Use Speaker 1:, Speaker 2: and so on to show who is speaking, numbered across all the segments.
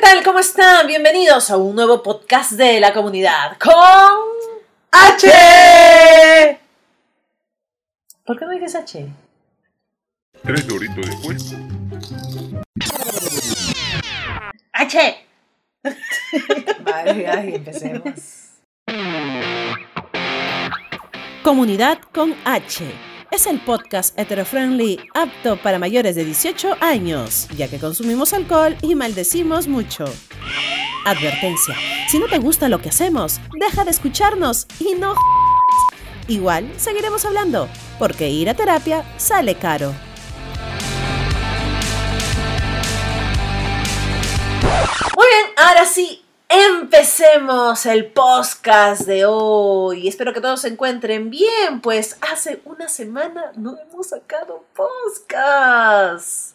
Speaker 1: tal? ¿Cómo están? Bienvenidos a un nuevo podcast de la comunidad con...
Speaker 2: H.
Speaker 1: ¿Por qué no dices H?
Speaker 3: Tres doritos después.
Speaker 1: H.
Speaker 2: Vale, ay, empecemos.
Speaker 4: Comunidad con H. Es el podcast heterofriendly apto para mayores de 18 años, ya que consumimos alcohol y maldecimos mucho. Advertencia, si no te gusta lo que hacemos, deja de escucharnos y no... jodas. Igual seguiremos hablando, porque ir a terapia sale caro.
Speaker 1: Muy bien, ahora sí, empecemos el podcast de hoy. Espero que todos se encuentren bien, pues hace una semana no hemos sacado podcast.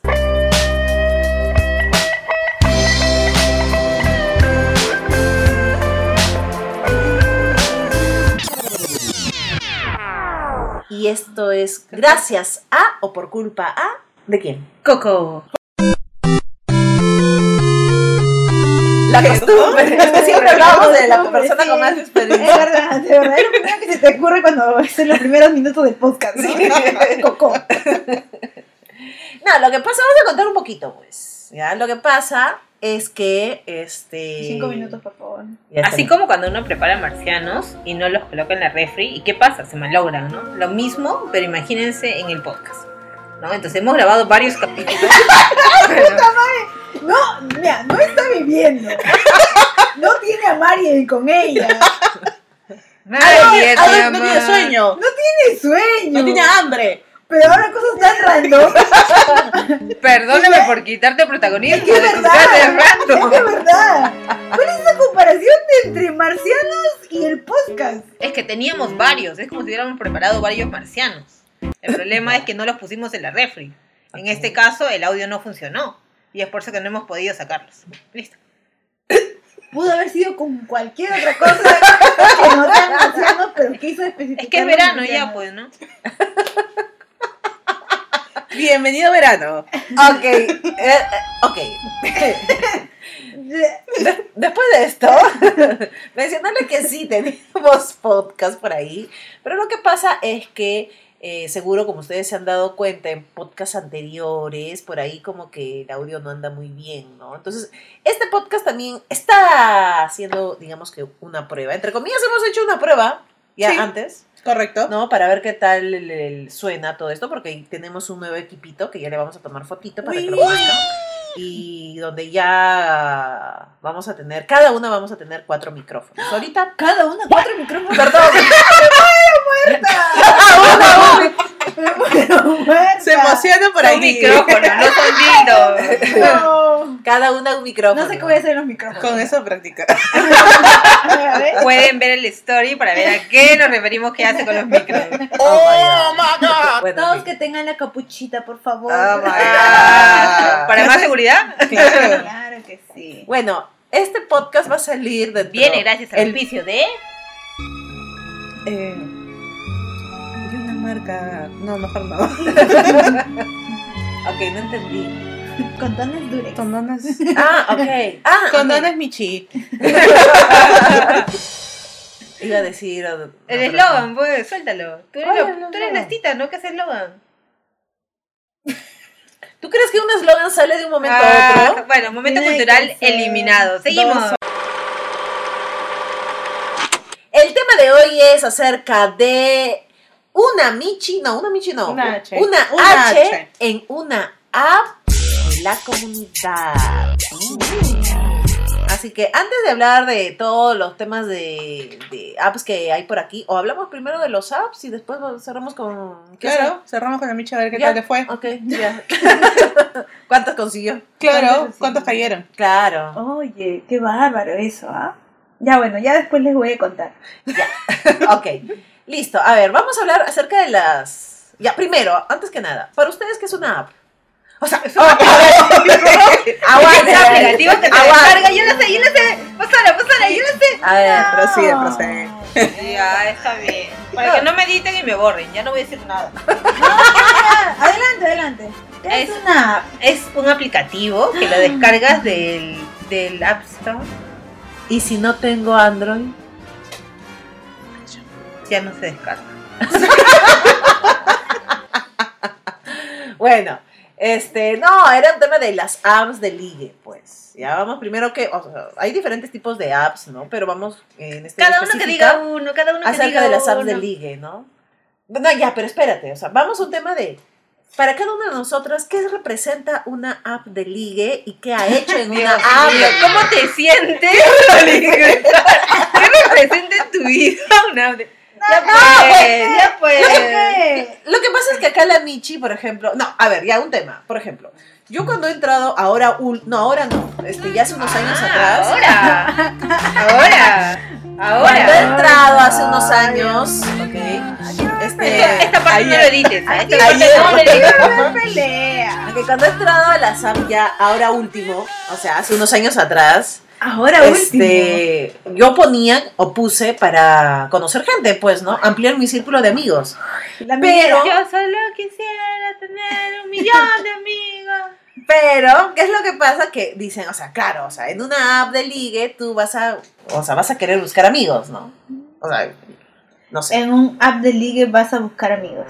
Speaker 1: Y esto es gracias a o por culpa a ¿de quién?
Speaker 2: Coco.
Speaker 1: La costumbre. Es que siempre hablábamos de la persona con más
Speaker 2: Es
Speaker 1: experiencia.
Speaker 2: verdad, de verdad, es lo primero que se te ocurre cuando es en los primeros minutos del podcast. ¿no?
Speaker 1: Sí.
Speaker 2: Coco.
Speaker 5: Eh.
Speaker 1: No, lo que pasa, vamos a contar un poquito, pues. ¿ya? Lo que pasa es que, este...
Speaker 2: Cinco minutos, por favor.
Speaker 1: Ya está.
Speaker 5: Así como cuando uno prepara marcianos y no los coloca en la refri, ¿y qué pasa? Se malogran, ¿no? Lo mismo, pero imagínense en el podcast, ¿no? Entonces hemos grabado varios capítulos.
Speaker 2: No, mira, no está viviendo. No tiene a Mariel con ella.
Speaker 1: Ay, ay, no tiene sueño.
Speaker 2: Tiene sueño.
Speaker 1: No tiene hambre.
Speaker 2: Pero ahora cosas tan random.
Speaker 5: Perdóname por quitarte protagonismo
Speaker 2: Es que es
Speaker 5: de tus caras de
Speaker 2: verdad. Es
Speaker 5: rato.
Speaker 2: que es verdad. ¿Cuál es la comparación entre marcianos y el podcast?
Speaker 5: Es que teníamos varios, es como si hubiéramos preparado varios marcianos. El problema es que no los pusimos en la refri. En este caso, el audio no funcionó. Y es por eso que no hemos podido sacarlos. Listo.
Speaker 2: Pudo haber sido con cualquier otra cosa que no sean marcianos, pero quiso especificar.
Speaker 5: Es que es verano ya, pues, ¿no?
Speaker 1: Bienvenido verano. Ok. eh, eh, ok. De- Después de esto, mencionarle que sí tenemos podcast por ahí, pero lo que pasa es que eh, seguro como ustedes se han dado cuenta en podcasts anteriores, por ahí como que el audio no anda muy bien, ¿no? Entonces, este podcast también está haciendo, digamos que una prueba. Entre comillas, hemos hecho una prueba ya
Speaker 2: Sí.
Speaker 1: antes.
Speaker 2: Correcto.
Speaker 1: ¿no? Para ver qué tal el- el- suena todo esto, porque ahí tenemos un nuevo equipito que ya le vamos a tomar fotito para que lo
Speaker 2: Uy.
Speaker 1: conozcan. Y donde ya vamos a tener, cada una vamos a tener cuatro micrófonos. Ahorita,
Speaker 2: Cada una cuatro micrófonos.
Speaker 1: perdón,
Speaker 2: Me muero muerta.
Speaker 1: por
Speaker 5: Son micrófonos, no son dildos.
Speaker 2: No.
Speaker 1: Cada una un micrófono.
Speaker 2: No sé qué voy a hacer en los micrófonos.
Speaker 6: eso práctica.
Speaker 2: A ver.
Speaker 5: Pueden ver el story para ver a qué nos referimos que hace con los micros.
Speaker 1: Oh my God. Bueno,
Speaker 2: Todos
Speaker 1: en
Speaker 2: que
Speaker 1: fin.
Speaker 2: tengan la capuchita, por favor.
Speaker 6: Oh, my
Speaker 5: Ah, para más seguridad.
Speaker 2: Claro que sí.
Speaker 1: Bueno, este podcast va a salir de
Speaker 5: Viene gracias al
Speaker 1: El-
Speaker 5: vicio de
Speaker 6: Eh, y una marca. No, mejor no.
Speaker 1: Ok, no entendí.
Speaker 2: Condones durex.
Speaker 6: Condones.
Speaker 1: Ah, ok. Ah, ok.
Speaker 6: Condones Michi.
Speaker 1: Iba a decir. El
Speaker 5: el eslogan, pues, suéltalo. Tú eres,
Speaker 1: ¿Cuál
Speaker 5: lo-
Speaker 1: es el
Speaker 5: tú eres
Speaker 1: eslogan?
Speaker 5: las titas, ¿no? ¿Qué es el eslogan?
Speaker 1: ¿Tú crees que un eslogan sale de un momento a
Speaker 5: Ah,
Speaker 1: otro?
Speaker 5: Bueno, momento
Speaker 2: Tiene que
Speaker 5: cultural
Speaker 2: ser
Speaker 5: eliminado. Seguimos.
Speaker 2: dos.
Speaker 1: El tema de hoy es acerca de una Michi, no, una Michi no,
Speaker 6: Una H.
Speaker 1: una
Speaker 6: Una
Speaker 1: H,
Speaker 6: H.
Speaker 1: en una app de la comunidad. Mm. Así que antes de hablar de todos los temas de, de apps que hay por aquí, o hablamos primero de los apps y después lo cerramos con... ¿qué
Speaker 6: Claro, cerramos con la Michi a ver qué
Speaker 1: Ya. Ah,
Speaker 6: tal le fue.
Speaker 1: sé? Ok, ya. ¿Cuántas consiguió?
Speaker 6: Claro,
Speaker 2: ¿Cuántos recibimos?
Speaker 6: ¿cuántos cayeron?
Speaker 1: Claro.
Speaker 2: Oye, qué bárbaro eso, ¿ah? Ya bueno, ya después les voy a contar.
Speaker 1: Ok, listo. A ver, vamos a hablar acerca de las... Ya, primero, antes que nada, para ustedes, ¿qué es una app? O sea, es una app.
Speaker 5: Aguanta,
Speaker 1: Aguanta,
Speaker 5: aplicativo que te
Speaker 1: aguanta.
Speaker 5: descarga. Yo no sé, yo no sé. Pasala, pasala, yo no
Speaker 1: A ver,
Speaker 6: Prosigue,
Speaker 2: Ah.
Speaker 6: prosigue.
Speaker 5: sé. Ya, está bien. Para que no me editen y me borren. Ya no voy a decir nada.
Speaker 2: Ah, adelante, adelante. Es,
Speaker 5: Es-
Speaker 2: una app.
Speaker 5: Es un aplicativo que lo descargas del del App Store,
Speaker 1: Y si no tengo Android,
Speaker 5: ya no se descarga.
Speaker 1: Bueno, este, no, era un tema de las apps de ligue, pues. Ya vamos primero que, o sea, hay diferentes tipos de apps, ¿no? Pero vamos eh, en este
Speaker 5: Cada uno que
Speaker 1: específica
Speaker 5: diga uno, cada uno que diga "Oh,
Speaker 1: acerca de las apps de
Speaker 5: uno.
Speaker 1: ligue, ¿no? No, ya, pero espérate, o sea, vamos a un tema de para cada una de nosotras, ¿qué representa una app de ligue y qué ha hecho en una
Speaker 5: Dios
Speaker 1: app?
Speaker 5: mío,
Speaker 1: de-
Speaker 5: Ah, ¿Cómo te sientes? ¿Qué representa en tu vida una app de- Ya pues,
Speaker 1: eh,
Speaker 5: ya pues.
Speaker 1: Lo que pasa es que acá la Michi, por ejemplo, no, a ver, ya un tema, por ejemplo, yo cuando he entrado ahora, ul- no, ahora no, este, ya hace unos años
Speaker 5: Ah,
Speaker 1: atrás,
Speaker 5: Ahora, ahora,
Speaker 1: Cuando he
Speaker 5: ahora.
Speaker 1: entrado hace unos años, ok,
Speaker 5: Esta,
Speaker 1: este,
Speaker 5: Eh, esta parte no lo
Speaker 1: ayer,
Speaker 5: edites, ¿ah? Esta parte
Speaker 1: ayer,
Speaker 5: no lo edites.
Speaker 2: pelea.
Speaker 1: ok, cuando he entrado a la SAP ya ahora último, o sea, hace unos años atrás,
Speaker 2: Ahora
Speaker 1: este, yo ponía o puse para conocer gente, pues, ¿no? Ampliar mi círculo de amigos.
Speaker 2: último. La
Speaker 1: Pero,
Speaker 5: Yo solo quisiera tener un millón de amigos.
Speaker 1: pero, ¿qué es lo que pasa? Que dicen, o sea, claro, o sea, en una app de ligue tú vas a, o sea, vas a querer buscar amigos, ¿no? O sea, no sé.
Speaker 2: En un app de ligue vas a buscar amigos.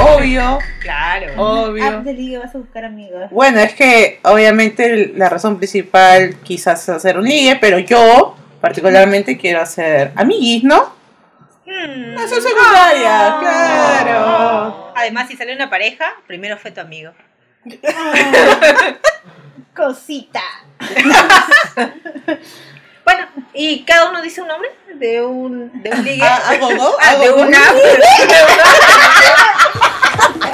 Speaker 6: Obvio,
Speaker 5: Claro.
Speaker 1: Oh.
Speaker 2: App
Speaker 6: obvio.
Speaker 2: de ligue vas a buscar amigos.
Speaker 6: Ah. Bueno, es que obviamente el- la razón principal quizás es hacer un ligue, pero yo particularmente quiero hacer amiguis, ¿no?
Speaker 5: Hmm.
Speaker 6: Eso es secundaria, claro.
Speaker 5: Además, si sale una pareja, primero fue tu amigo.
Speaker 2: Cosita.
Speaker 5: Bueno, ¿y cada uno dice un nombre de un, de un ligue?
Speaker 6: Ah, ¿Hago go?
Speaker 5: Ah, de
Speaker 6: ¿Hago go?
Speaker 5: una.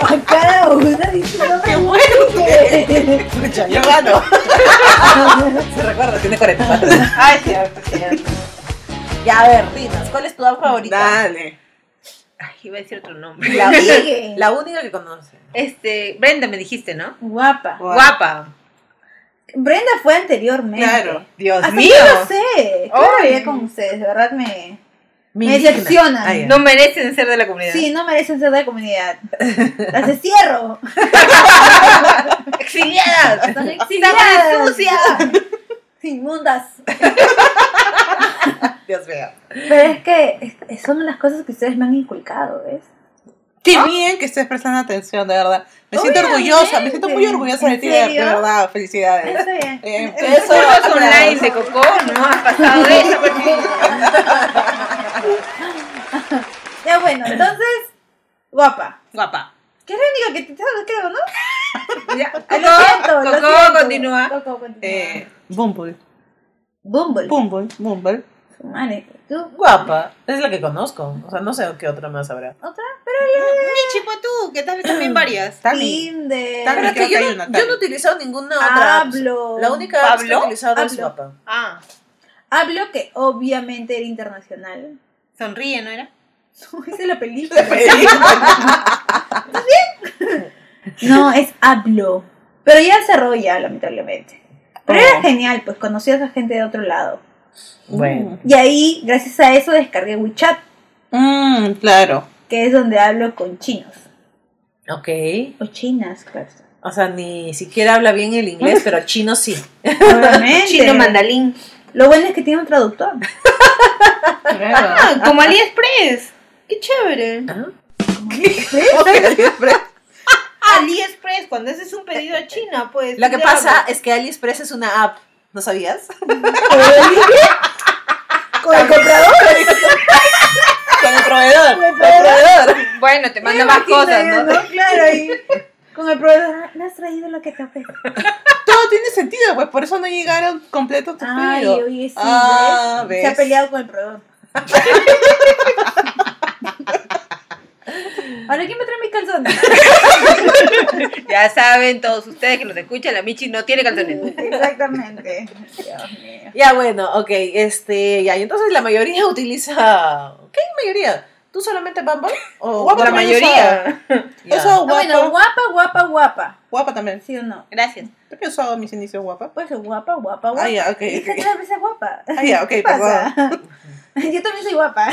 Speaker 2: A cada una dice ¡Qué bueno!
Speaker 1: Escucha,
Speaker 6: Eh,
Speaker 1: yo gano. Se recuerda, tiene 44.
Speaker 5: Ah, es cierto, es cierto.
Speaker 1: Ya, a ver, dinos, ¿cuál es tu app favorita?
Speaker 6: Dale.
Speaker 5: Ay, iba a decir otro nombre.
Speaker 1: La,
Speaker 2: Ligue.
Speaker 1: la única que conoce.
Speaker 5: Este, Brenda me dijiste, ¿no?
Speaker 2: Guapa.
Speaker 5: Guapa.
Speaker 2: Brenda fue anteriormente.
Speaker 6: Claro.
Speaker 5: Dios
Speaker 2: Hasta
Speaker 5: mío.
Speaker 2: yo lo sé. Claro,
Speaker 5: Ay.
Speaker 2: ya con ustedes, de verdad me.
Speaker 1: Mi
Speaker 2: Me
Speaker 1: digna.
Speaker 2: decepcionan.
Speaker 1: Ah, ya.
Speaker 5: No merecen ser de la comunidad.
Speaker 2: Sí, no merecen ser de la comunidad. Las encierro.
Speaker 5: Exiliadas. Están
Speaker 2: Son exiliadas.
Speaker 5: sucias.
Speaker 2: Inmundas.
Speaker 1: Dios mío.
Speaker 2: Pero es que es- son las cosas que ustedes me han inculcado, ¿ves?
Speaker 6: Qué bien que estés prestando atención, de verdad. Me siento orgullosa, me siento muy
Speaker 2: Obviamente.
Speaker 6: orgullosa de
Speaker 2: ¿En
Speaker 6: ti, de de
Speaker 2: serio?
Speaker 6: verdad. Felicidades.
Speaker 2: Está bien.
Speaker 6: Eh,
Speaker 5: Los
Speaker 6: eso-
Speaker 5: cursos online de Coco no has pasado de eso. porque-
Speaker 2: Ya bueno, entonces, guapa.
Speaker 5: Guapa.
Speaker 2: Que es la única que te sabes creo, ¿no?
Speaker 5: Ya. Coco,
Speaker 2: Ah, Lo siento, lo
Speaker 5: Coco,
Speaker 2: siento.
Speaker 5: continúa.
Speaker 2: Coco, continúa.
Speaker 6: Eh, Bumble.
Speaker 2: Bumble.
Speaker 6: Bumble. Bumble.
Speaker 2: Su madre, ¿Tú?
Speaker 1: Guapa. Es la que conozco. O sea, no sé qué otra más habrá.
Speaker 2: ¿Otra? Pero
Speaker 5: Michi, pues tú, que tal vez también varias.
Speaker 2: la
Speaker 6: Tami.
Speaker 2: Tinder.
Speaker 6: Tami.
Speaker 1: Pero
Speaker 6: creo
Speaker 1: que yo,
Speaker 6: que hay
Speaker 1: no-
Speaker 6: una,
Speaker 1: yo
Speaker 6: tal.
Speaker 1: no he utilizado ninguna otra. app.
Speaker 2: Hablo.
Speaker 1: La única app que he
Speaker 5: ¿Pablo?
Speaker 1: utilizado es
Speaker 2: Hablo.
Speaker 1: guapa.
Speaker 5: Ah,
Speaker 2: Hablo que obviamente era internacional.
Speaker 5: sonríe, ¿no era?
Speaker 2: Esa es la película. No, es Hablo. Pero ya cerró ya, lamentablemente. Pero era genial, pues conocías a gente de otro lado.
Speaker 1: Bueno.
Speaker 2: Y ahí, gracias a eso, descargué WeChat,
Speaker 6: Mm, claro.
Speaker 2: que es donde hablo con chinos.
Speaker 1: Ok.
Speaker 2: O chinas, claro.
Speaker 1: O sea, ni siquiera habla bien el inglés, pero el chino sí.
Speaker 2: Obviamente.
Speaker 5: Chino mandalín.
Speaker 2: Lo bueno es que tiene un traductor.
Speaker 6: Claro.
Speaker 5: Ah, como AliExpress. Qué chévere. AliExpress, cuando haces un pedido a China, pues.
Speaker 1: Lo que
Speaker 5: te
Speaker 1: pasa
Speaker 5: hablo.
Speaker 1: es que AliExpress es una app. ¿No sabías?
Speaker 2: Con el comprador.
Speaker 1: Con el proveedor.
Speaker 2: Con el
Speaker 1: proveedor.
Speaker 5: Bueno, te manda más cosas, ¿no?
Speaker 2: Claro, ahí. Con el proveedor. "Ah, ¿Me has traído lo que te ofrezco?
Speaker 6: Todo tiene sentido, pues por eso no llegaron completos tus
Speaker 2: Ay,
Speaker 6: pedidos.
Speaker 2: oye, sí.
Speaker 6: Ah,
Speaker 2: ¿ves?
Speaker 6: ves.
Speaker 2: Se ha peleado con el proveedor. Ahora, ¿quién me trae mis calzones?
Speaker 5: Ya saben todos ustedes que nos escuchan, la Michi no tiene calzones.
Speaker 2: Exactamente. Dios mío.
Speaker 1: Ya, bueno, ok. Este, ya. Y entonces la mayoría utiliza. ¿Qué mayoría? ¿Tú solamente Bumble? ¿O
Speaker 6: Guapa
Speaker 1: la
Speaker 6: también
Speaker 1: mayoría? Ya.
Speaker 6: Eso
Speaker 2: Ah,
Speaker 6: guapa.
Speaker 2: bueno, guapa, guapa, guapa.
Speaker 6: guapa también.
Speaker 2: ¿Sí o no?
Speaker 5: Gracias.
Speaker 6: ¿Por qué usaba mis inicios guapa?
Speaker 2: Pues guapa, guapa, guapa.
Speaker 6: Ah, ya, ok,
Speaker 2: Dije
Speaker 6: ok.
Speaker 2: tres veces guapa.
Speaker 6: Ah, ya, ok,
Speaker 2: ¿Qué pasa? Yo también soy guapa.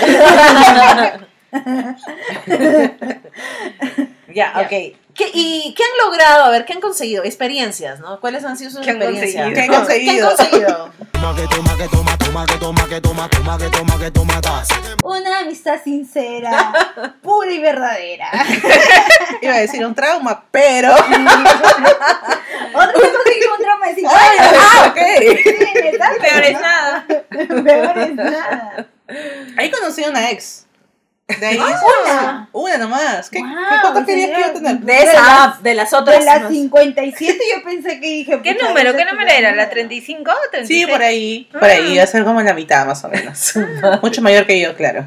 Speaker 1: Ya,
Speaker 5: Ya.
Speaker 1: ok. ¿Qué- ¿Y qué han logrado? A ver, ¿qué han conseguido? Experiencias, ¿no? ¿Cuáles han Ah. sido sus
Speaker 5: ¿Qué han
Speaker 1: experiencias?
Speaker 5: conseguido?
Speaker 6: ¿Qué han
Speaker 1: ¿Qué
Speaker 6: conseguido?
Speaker 1: han conseguido?
Speaker 7: Toma que toma que toma, toma que toma que toma, toma que toma que toma, tas.
Speaker 2: Una amistad sincera, pura y verdadera.
Speaker 6: Iba a decir un trauma, pero.
Speaker 2: Otra vez conseguí un trauma de cinco años.
Speaker 6: ah, ok.
Speaker 2: Sí, ¿verdad?
Speaker 5: Peor es nada.
Speaker 2: Peor es nada.
Speaker 6: Ahí conocí a una ex. De ahí.
Speaker 2: Una.
Speaker 6: Una nomás. ¿Qué,
Speaker 2: Wow,
Speaker 6: qué cuánto querías que
Speaker 2: señora.
Speaker 6: yo tener?
Speaker 1: De esa app, de las otras.
Speaker 2: De la
Speaker 1: ¿no?
Speaker 2: 57 yo pensé que dije...
Speaker 5: ¿Qué
Speaker 2: pucha,
Speaker 5: número?
Speaker 2: esa
Speaker 5: ¿Qué
Speaker 2: es
Speaker 5: número era? ¿La
Speaker 2: primera.
Speaker 5: 35 o 36?
Speaker 6: Sí, por ahí.
Speaker 2: "Ah".
Speaker 6: Por ahí, iba a ser como la mitad más o menos. Mucho mayor que yo, claro.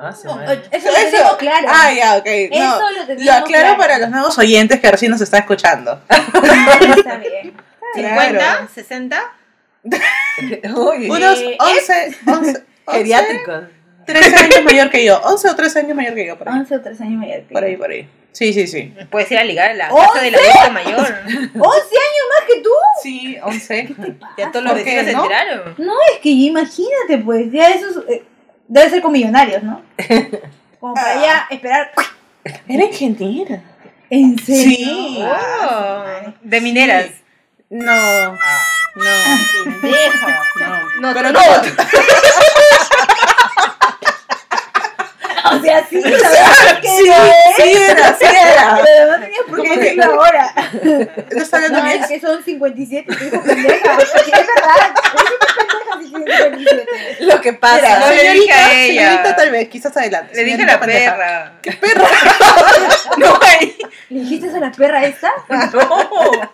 Speaker 1: Ah, sí,
Speaker 2: Oh,
Speaker 1: madre.
Speaker 2: oh, Eso lo tengo claro.
Speaker 6: Ah, ya, ok. No,
Speaker 2: Eso lo tengo
Speaker 6: lo aclaro para los nuevos oyentes que recién nos está escuchando.
Speaker 2: Ah, Está bien.
Speaker 5: ¿50?
Speaker 6: Claro.
Speaker 5: ¿60?
Speaker 1: Uy,
Speaker 6: Unos
Speaker 2: Eh,
Speaker 6: 11, 11, 11,
Speaker 1: geriátricos.
Speaker 6: 13 años mayor que yo. 11 o 13 años mayor que yo, por ahí.
Speaker 2: 11 o 3 años mayor que
Speaker 6: Por
Speaker 2: yo.
Speaker 6: ahí, por ahí. Sí, sí, sí.
Speaker 5: Puedes ir a ligar a la casa de la adulta mayor.
Speaker 2: 11 años más que tú.
Speaker 6: Sí, 11.
Speaker 5: Ya todos los
Speaker 6: ¿Por qué,
Speaker 5: vecinos se
Speaker 6: no?
Speaker 5: enteraron.
Speaker 2: No, es que imagínate, pues, ya esos eh, debe ser con millonarios, ¿no? Como para ya esperar.
Speaker 6: Era ingeniera.
Speaker 2: ¿En serio?
Speaker 6: Sí.
Speaker 5: Oh,
Speaker 2: madre.
Speaker 5: de mineras.
Speaker 6: No.
Speaker 2: Ah.
Speaker 6: No. No.
Speaker 5: No,
Speaker 6: Pero
Speaker 5: tú
Speaker 6: no.
Speaker 2: O sea, sí, la verdad es que
Speaker 6: Sí,
Speaker 2: no, ¿eh?
Speaker 6: sí era, sí era.
Speaker 2: Pero no tenías por qué
Speaker 6: Como que-
Speaker 2: decirlo ahora.
Speaker 6: Yo estaba
Speaker 2: No,
Speaker 6: hablando de mi
Speaker 2: es
Speaker 6: ex.
Speaker 2: que son 57, te dijo pendeja. Es que es verdad. Es una pendeja si tiene 57.
Speaker 1: Lo que
Speaker 6: Era,
Speaker 5: no
Speaker 1: pasa.
Speaker 5: le
Speaker 6: señorita,
Speaker 5: dije a ella.
Speaker 6: señorita, tal vez, quizás adelante.
Speaker 5: Le dije a
Speaker 6: Señorita
Speaker 5: la
Speaker 6: pendeja.
Speaker 5: perra.
Speaker 6: ¿Qué perra?
Speaker 5: No, ahí.
Speaker 2: ¿Le dijiste a la perra esta?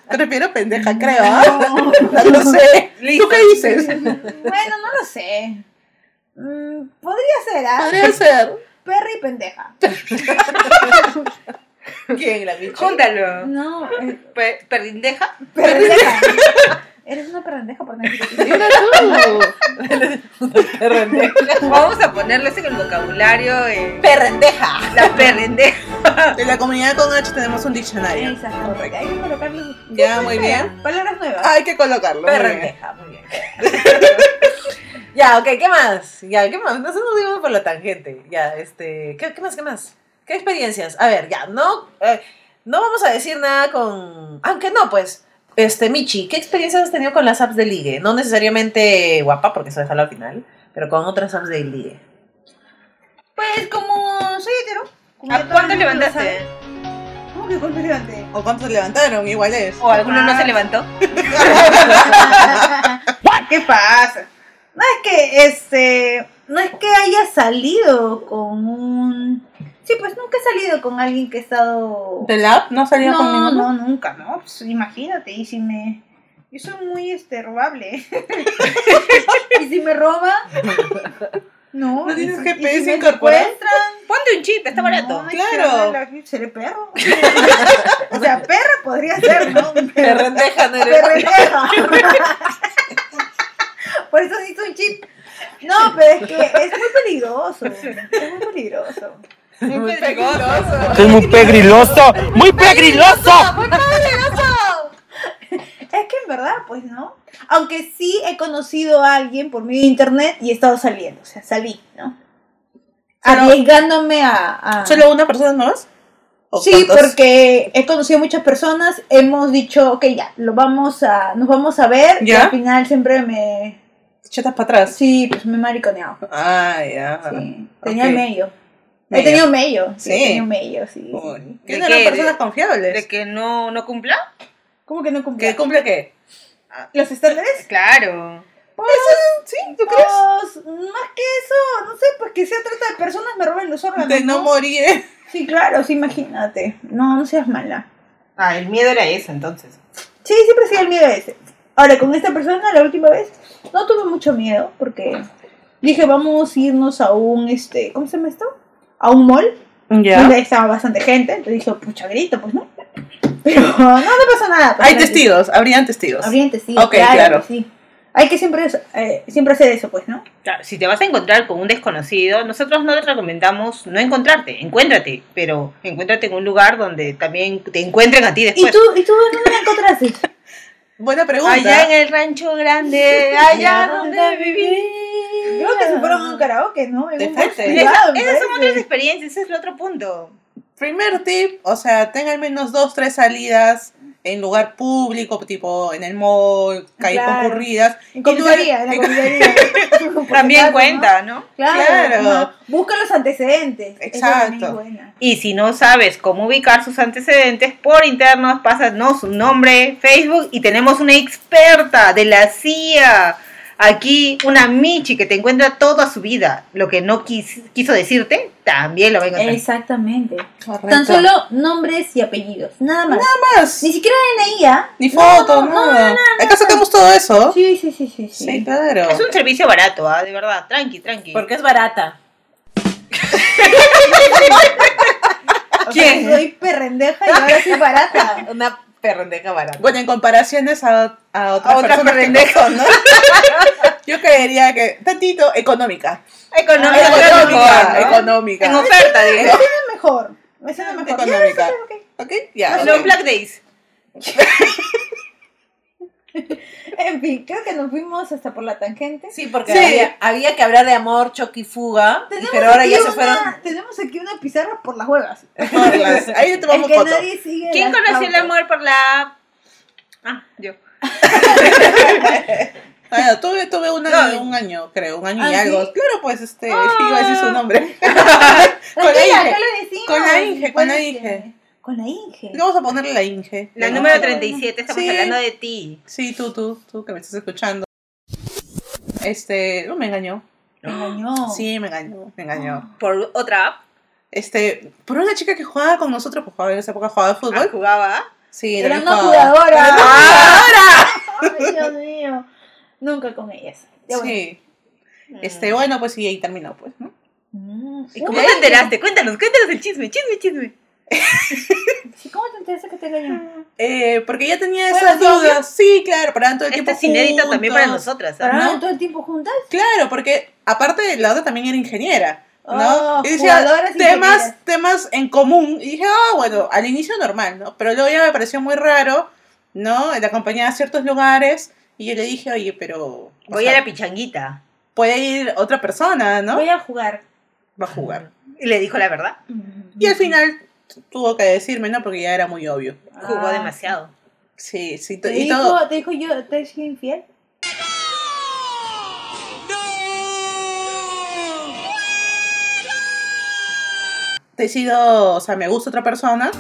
Speaker 6: Te refiero pendeja, creo. ¿ah? No, lo sé. ¿Tú
Speaker 5: Listo.
Speaker 6: qué dices?
Speaker 2: Bueno, no lo sé. Mm, podría ser, ¿ah?
Speaker 6: Podría ser.
Speaker 2: Perra y pendeja.
Speaker 6: ¿Quién? La bicha.
Speaker 5: Júntalo.
Speaker 2: No, eh,
Speaker 5: Pe- ¿Perdindeja?
Speaker 2: perrendeja. Eres una perrendeja por dentro.
Speaker 6: Era tú.
Speaker 5: Vamos a ponerles en el vocabulario eh,
Speaker 1: Perrendeja.
Speaker 5: la perrendeja.
Speaker 6: De la comunidad con H tenemos un diccionario.
Speaker 2: Exactamente. Hay que colocarle un-
Speaker 6: Ya, muy bien.
Speaker 2: palabras nuevas.
Speaker 6: Hay que colocarlo. muy bien.
Speaker 1: Perrendeja, Ah, muy bien. ya, ok, ¿qué más? Ya, ¿qué más? Nosotros nos dimos por la tangente. Ya, este. ¿Qué, qué más? ¿Qué más? ¿Qué experiencias? A ver, ya, no. eh, no vamos a decir nada con. Aunque no, pues. Este, Michi, ¿qué experiencias has tenido con las apps de ligue? No necesariamente guapa, porque eso déjalo al final, pero con otras apps de ligue.
Speaker 2: Pues como soy hetero. como ya
Speaker 5: ¿A
Speaker 2: todo
Speaker 5: cuánto
Speaker 2: el mundo lo
Speaker 5: levantaste?
Speaker 2: sabe. ¿Cómo que cuánto levanté?
Speaker 6: ¿O cuántos levantaron? Igual es.
Speaker 5: ¿O alguno no se levantó?
Speaker 2: ¿Qué pasa? No es que este, no es que haya salido con un Sí, pues nunca he salido con alguien que he estado
Speaker 6: ¿Del app no salió con
Speaker 2: No,
Speaker 6: ninguno?
Speaker 2: no, nunca, no. Pues, imagínate, y si me yo soy muy este robable. ¿Y si me roban? No,
Speaker 6: ¿No
Speaker 2: ¿y
Speaker 6: tienes
Speaker 2: si-
Speaker 6: GPS
Speaker 2: y si me
Speaker 6: incorporado?
Speaker 2: secuestran?
Speaker 5: Ponte un chip, está barato.
Speaker 2: No, hay
Speaker 6: Claro.
Speaker 2: que hablar- Seré perro. o sea, perra podría ser, ¿no? Perra-
Speaker 1: Perrendeja, no eres.
Speaker 2: Perrendeja. Por eso se hizo un chip. No, pero es que es muy peligroso. Es muy peligroso.
Speaker 5: Muy peligroso.
Speaker 7: Es muy pegriloso, muy pegriloso.
Speaker 2: Es que en verdad, pues no. Aunque sí he conocido a alguien por medio de internet y he estado saliendo. O sea, salí, ¿no?
Speaker 6: Pero-
Speaker 2: Arriesgándome a. a-
Speaker 6: ¿Solo una persona más? ¿O
Speaker 2: Sí,
Speaker 6: cuántos?
Speaker 2: porque he conocido muchas personas, hemos dicho, ok, ya, lo vamos a, nos vamos a ver, y
Speaker 6: ¿Ya?
Speaker 2: al final siempre me,
Speaker 6: Chetas para atrás.
Speaker 2: sí, pues me he mariconeado,
Speaker 6: Ah, ya.
Speaker 2: sí, tenía
Speaker 6: ok.
Speaker 2: mello, he
Speaker 6: Mello.
Speaker 2: tenido mello, sí,
Speaker 6: Sí.
Speaker 2: he tenido mello, sí, sí.
Speaker 6: Uy,
Speaker 5: ¿De
Speaker 6: ¿Quiénes
Speaker 5: qué?
Speaker 6: eran personas
Speaker 5: ¿De-
Speaker 6: confiables?
Speaker 5: ¿De que no, no cumpla?
Speaker 2: ¿Cómo que no cumplía?
Speaker 6: ¿Que cumple qué? Ah.
Speaker 2: ¿Los estándares?
Speaker 5: Claro.
Speaker 6: Eso, sí, ¿tú
Speaker 2: Pues,
Speaker 6: crees?
Speaker 2: más que eso, no sé, pues que sea trata de personas me roben los órganos,
Speaker 6: De no
Speaker 2: ¿no?
Speaker 6: morir. ¿eh?
Speaker 2: Sí, claro, sí, imagínate, no, no seas mala.
Speaker 5: Ah, el miedo era eso entonces.
Speaker 2: Sí, siempre ha sido el miedo ese. Ahora, con esta persona, la última vez, no tuve mucho miedo porque dije, vamos a irnos a un, este, ¿cómo se llama esto? A un mall, donde estaba bastante gente. Entonces dije, pucha, grito, pues no. Pero no, no pasa nada. pues,
Speaker 6: Hay
Speaker 2: tranqui.
Speaker 6: testigos, habrían testigos.
Speaker 2: Habrían testigos,
Speaker 6: Ok,
Speaker 2: claro,
Speaker 6: claro.
Speaker 2: que sí. Hay que siempre, eh, siempre hacer eso, pues, ¿no?
Speaker 5: Claro, si te vas a encontrar con un desconocido, nosotros no te recomendamos no encontrarte, encuéntrate, pero encuéntrate en un lugar donde también te encuentren a ti
Speaker 2: ¿Y
Speaker 6: Pues.
Speaker 5: después.
Speaker 2: tú, ¿y tú dónde la encontraste?
Speaker 6: Buena pregunta.
Speaker 5: Allá en el rancho grande, allá donde viví.
Speaker 2: Creo que se fueron a un karaoke, ¿no? En
Speaker 6: De
Speaker 2: un
Speaker 6: frente.
Speaker 2: privado, me
Speaker 5: Esas son
Speaker 2: parece.
Speaker 5: otras experiencias, ese es el otro punto.
Speaker 6: Primer tip, o sea, tenga al menos dos, tres salidas en lugar público, tipo en el mall, calles
Speaker 2: Claro.
Speaker 6: concurridas.
Speaker 2: En comisaría, en la comisaría. Porque pasa,
Speaker 5: También
Speaker 2: ¿no?
Speaker 5: cuenta, ¿no?
Speaker 2: Claro.
Speaker 6: Claro.
Speaker 2: ajá. Busca los antecedentes. Eso también es
Speaker 6: Exacto.
Speaker 2: buena.
Speaker 5: Y si no sabes cómo ubicar sus antecedentes, por internos, pásanos su nombre, Facebook y tenemos una experta de la CIA. Aquí una Michi que te encuentra toda su vida. Lo que no quis- quiso decirte, también lo va a encontrar.
Speaker 2: Exactamente.
Speaker 6: Correcto.
Speaker 2: Tan solo nombres y apellidos, nada más.
Speaker 6: más.
Speaker 2: Ni siquiera DNI, ¿ah?
Speaker 6: Ni
Speaker 2: No,
Speaker 6: foto,
Speaker 2: no, no,
Speaker 6: nada. Acá sacamos todo eso.
Speaker 2: Sí, sí, sí, sí. sí.
Speaker 6: Sí, claro.
Speaker 5: Es un servicio barato, ¿ah? de verdad. Tranqui, tranqui.
Speaker 1: Porque es barata.
Speaker 2: O sea,
Speaker 5: ¿Quién?
Speaker 2: soy perrendeja y ahora soy barata.
Speaker 1: Una perrendeja barata.
Speaker 6: Bueno, en comparaciones a, a otras
Speaker 5: A otras
Speaker 6: personas que no- Yo creería que tantito económica.
Speaker 5: Económico, económico,
Speaker 2: Ah,
Speaker 6: económica,
Speaker 5: ¿no?
Speaker 6: económica.
Speaker 5: En oferta, digo.
Speaker 2: Es mejor. Me suena mejor.
Speaker 6: Económica. ¿Ok? Ya.
Speaker 5: Los
Speaker 6: ok.
Speaker 5: Black Days.
Speaker 2: En fin, creo que nos fuimos hasta por la tangente.
Speaker 1: Sí, porque
Speaker 6: Sí.
Speaker 1: Había, había que hablar de amor, choque y fuga, y-
Speaker 2: Tenemos
Speaker 1: pero ahora
Speaker 2: aquí
Speaker 1: ya se
Speaker 2: una-
Speaker 1: fueron.
Speaker 2: Tenemos aquí una pizarra por las huevas.
Speaker 6: Porlas. Ahí le
Speaker 2: El
Speaker 6: tomamos
Speaker 2: que
Speaker 6: foto.
Speaker 2: nadie sigue.
Speaker 5: ¿Quién
Speaker 2: las
Speaker 5: conoció el
Speaker 2: pautas.
Speaker 5: amor por la... Ah, yo.
Speaker 6: Ah, tuve, tuve una
Speaker 5: No.
Speaker 6: de un año, creo, un año y
Speaker 2: Ah,
Speaker 6: algo.
Speaker 2: ¿sí?
Speaker 6: Claro, pues este, iba a decir su nombre. con la
Speaker 2: Tranquila,
Speaker 6: Inge.
Speaker 2: acá lo decimos.
Speaker 6: Con la Inge, con la
Speaker 2: Pues,
Speaker 6: Inge.
Speaker 2: Con la Inge.
Speaker 6: Vamos a ponerle la Inge.
Speaker 5: La
Speaker 6: Ya,
Speaker 5: número
Speaker 6: ¿no?
Speaker 5: 37, estamos
Speaker 6: Sí.
Speaker 5: hablando de ti.
Speaker 6: Sí, tú, tú, tú que me estás escuchando. Este, no me engañó.
Speaker 2: Me engañó.
Speaker 6: Sí, me engañó, me engañó.
Speaker 5: Por otra app,
Speaker 6: Este, por una chica que jugaba con nosotros, pues jugaba en esa época jugaba
Speaker 5: ah,
Speaker 6: fútbol.
Speaker 5: jugaba...
Speaker 6: Sí,
Speaker 2: Era
Speaker 6: también
Speaker 2: una
Speaker 6: jugaba.
Speaker 2: jugadora.
Speaker 6: Era una
Speaker 2: Ay, Dios mío. Nunca con ellas. Ya bueno.
Speaker 6: Sí.
Speaker 5: Mm.
Speaker 6: Este, bueno, pues y ahí terminó, pues, ¿no?
Speaker 2: Mm,
Speaker 5: ¿Y cómo te enteraste? Cuéntanos, cuéntanos el chisme, chisme, chisme.
Speaker 2: Sí, ¿Cómo te enteraste que te engañó?
Speaker 6: Eh, porque ya tenía
Speaker 2: Bueno,
Speaker 6: esas
Speaker 2: sí,
Speaker 6: dudas. Sí, claro, para tanto de
Speaker 5: Esto
Speaker 6: tiempo
Speaker 5: Este es inédito también para
Speaker 6: juntos.
Speaker 5: nosotras. ¿ah?
Speaker 2: ¿Pararon
Speaker 6: ¿No?
Speaker 2: todo el tiempo juntas?
Speaker 6: Claro, porque aparte de la otra también era ingeniera, ¿no?
Speaker 2: Oh,
Speaker 6: y decía
Speaker 2: jugadoras
Speaker 6: temas,
Speaker 2: ingenieras.
Speaker 6: temas en común. Y dije, ah, bueno, al inicio normal, ¿no? Pero luego ya me pareció muy raro, ¿no? La acompañaba a ciertos lugares y yo le dije, oye, pero. o
Speaker 5: Voy
Speaker 6: sea,
Speaker 5: a la pichanguita.
Speaker 6: Puede ir otra persona, ¿no?
Speaker 2: Voy a jugar.
Speaker 6: Va a jugar.
Speaker 5: Y le dijo la verdad.
Speaker 6: Y al final tuvo que decirme, ¿no? Porque ya era muy obvio.
Speaker 5: Jugó
Speaker 2: Ah.
Speaker 5: demasiado.
Speaker 6: Sí, sí, to-
Speaker 2: ¿Te
Speaker 6: y
Speaker 2: dijo,
Speaker 6: todo.
Speaker 2: te dijo yo, te he sido infiel?
Speaker 6: Te he sido, o sea, me gusta otra persona,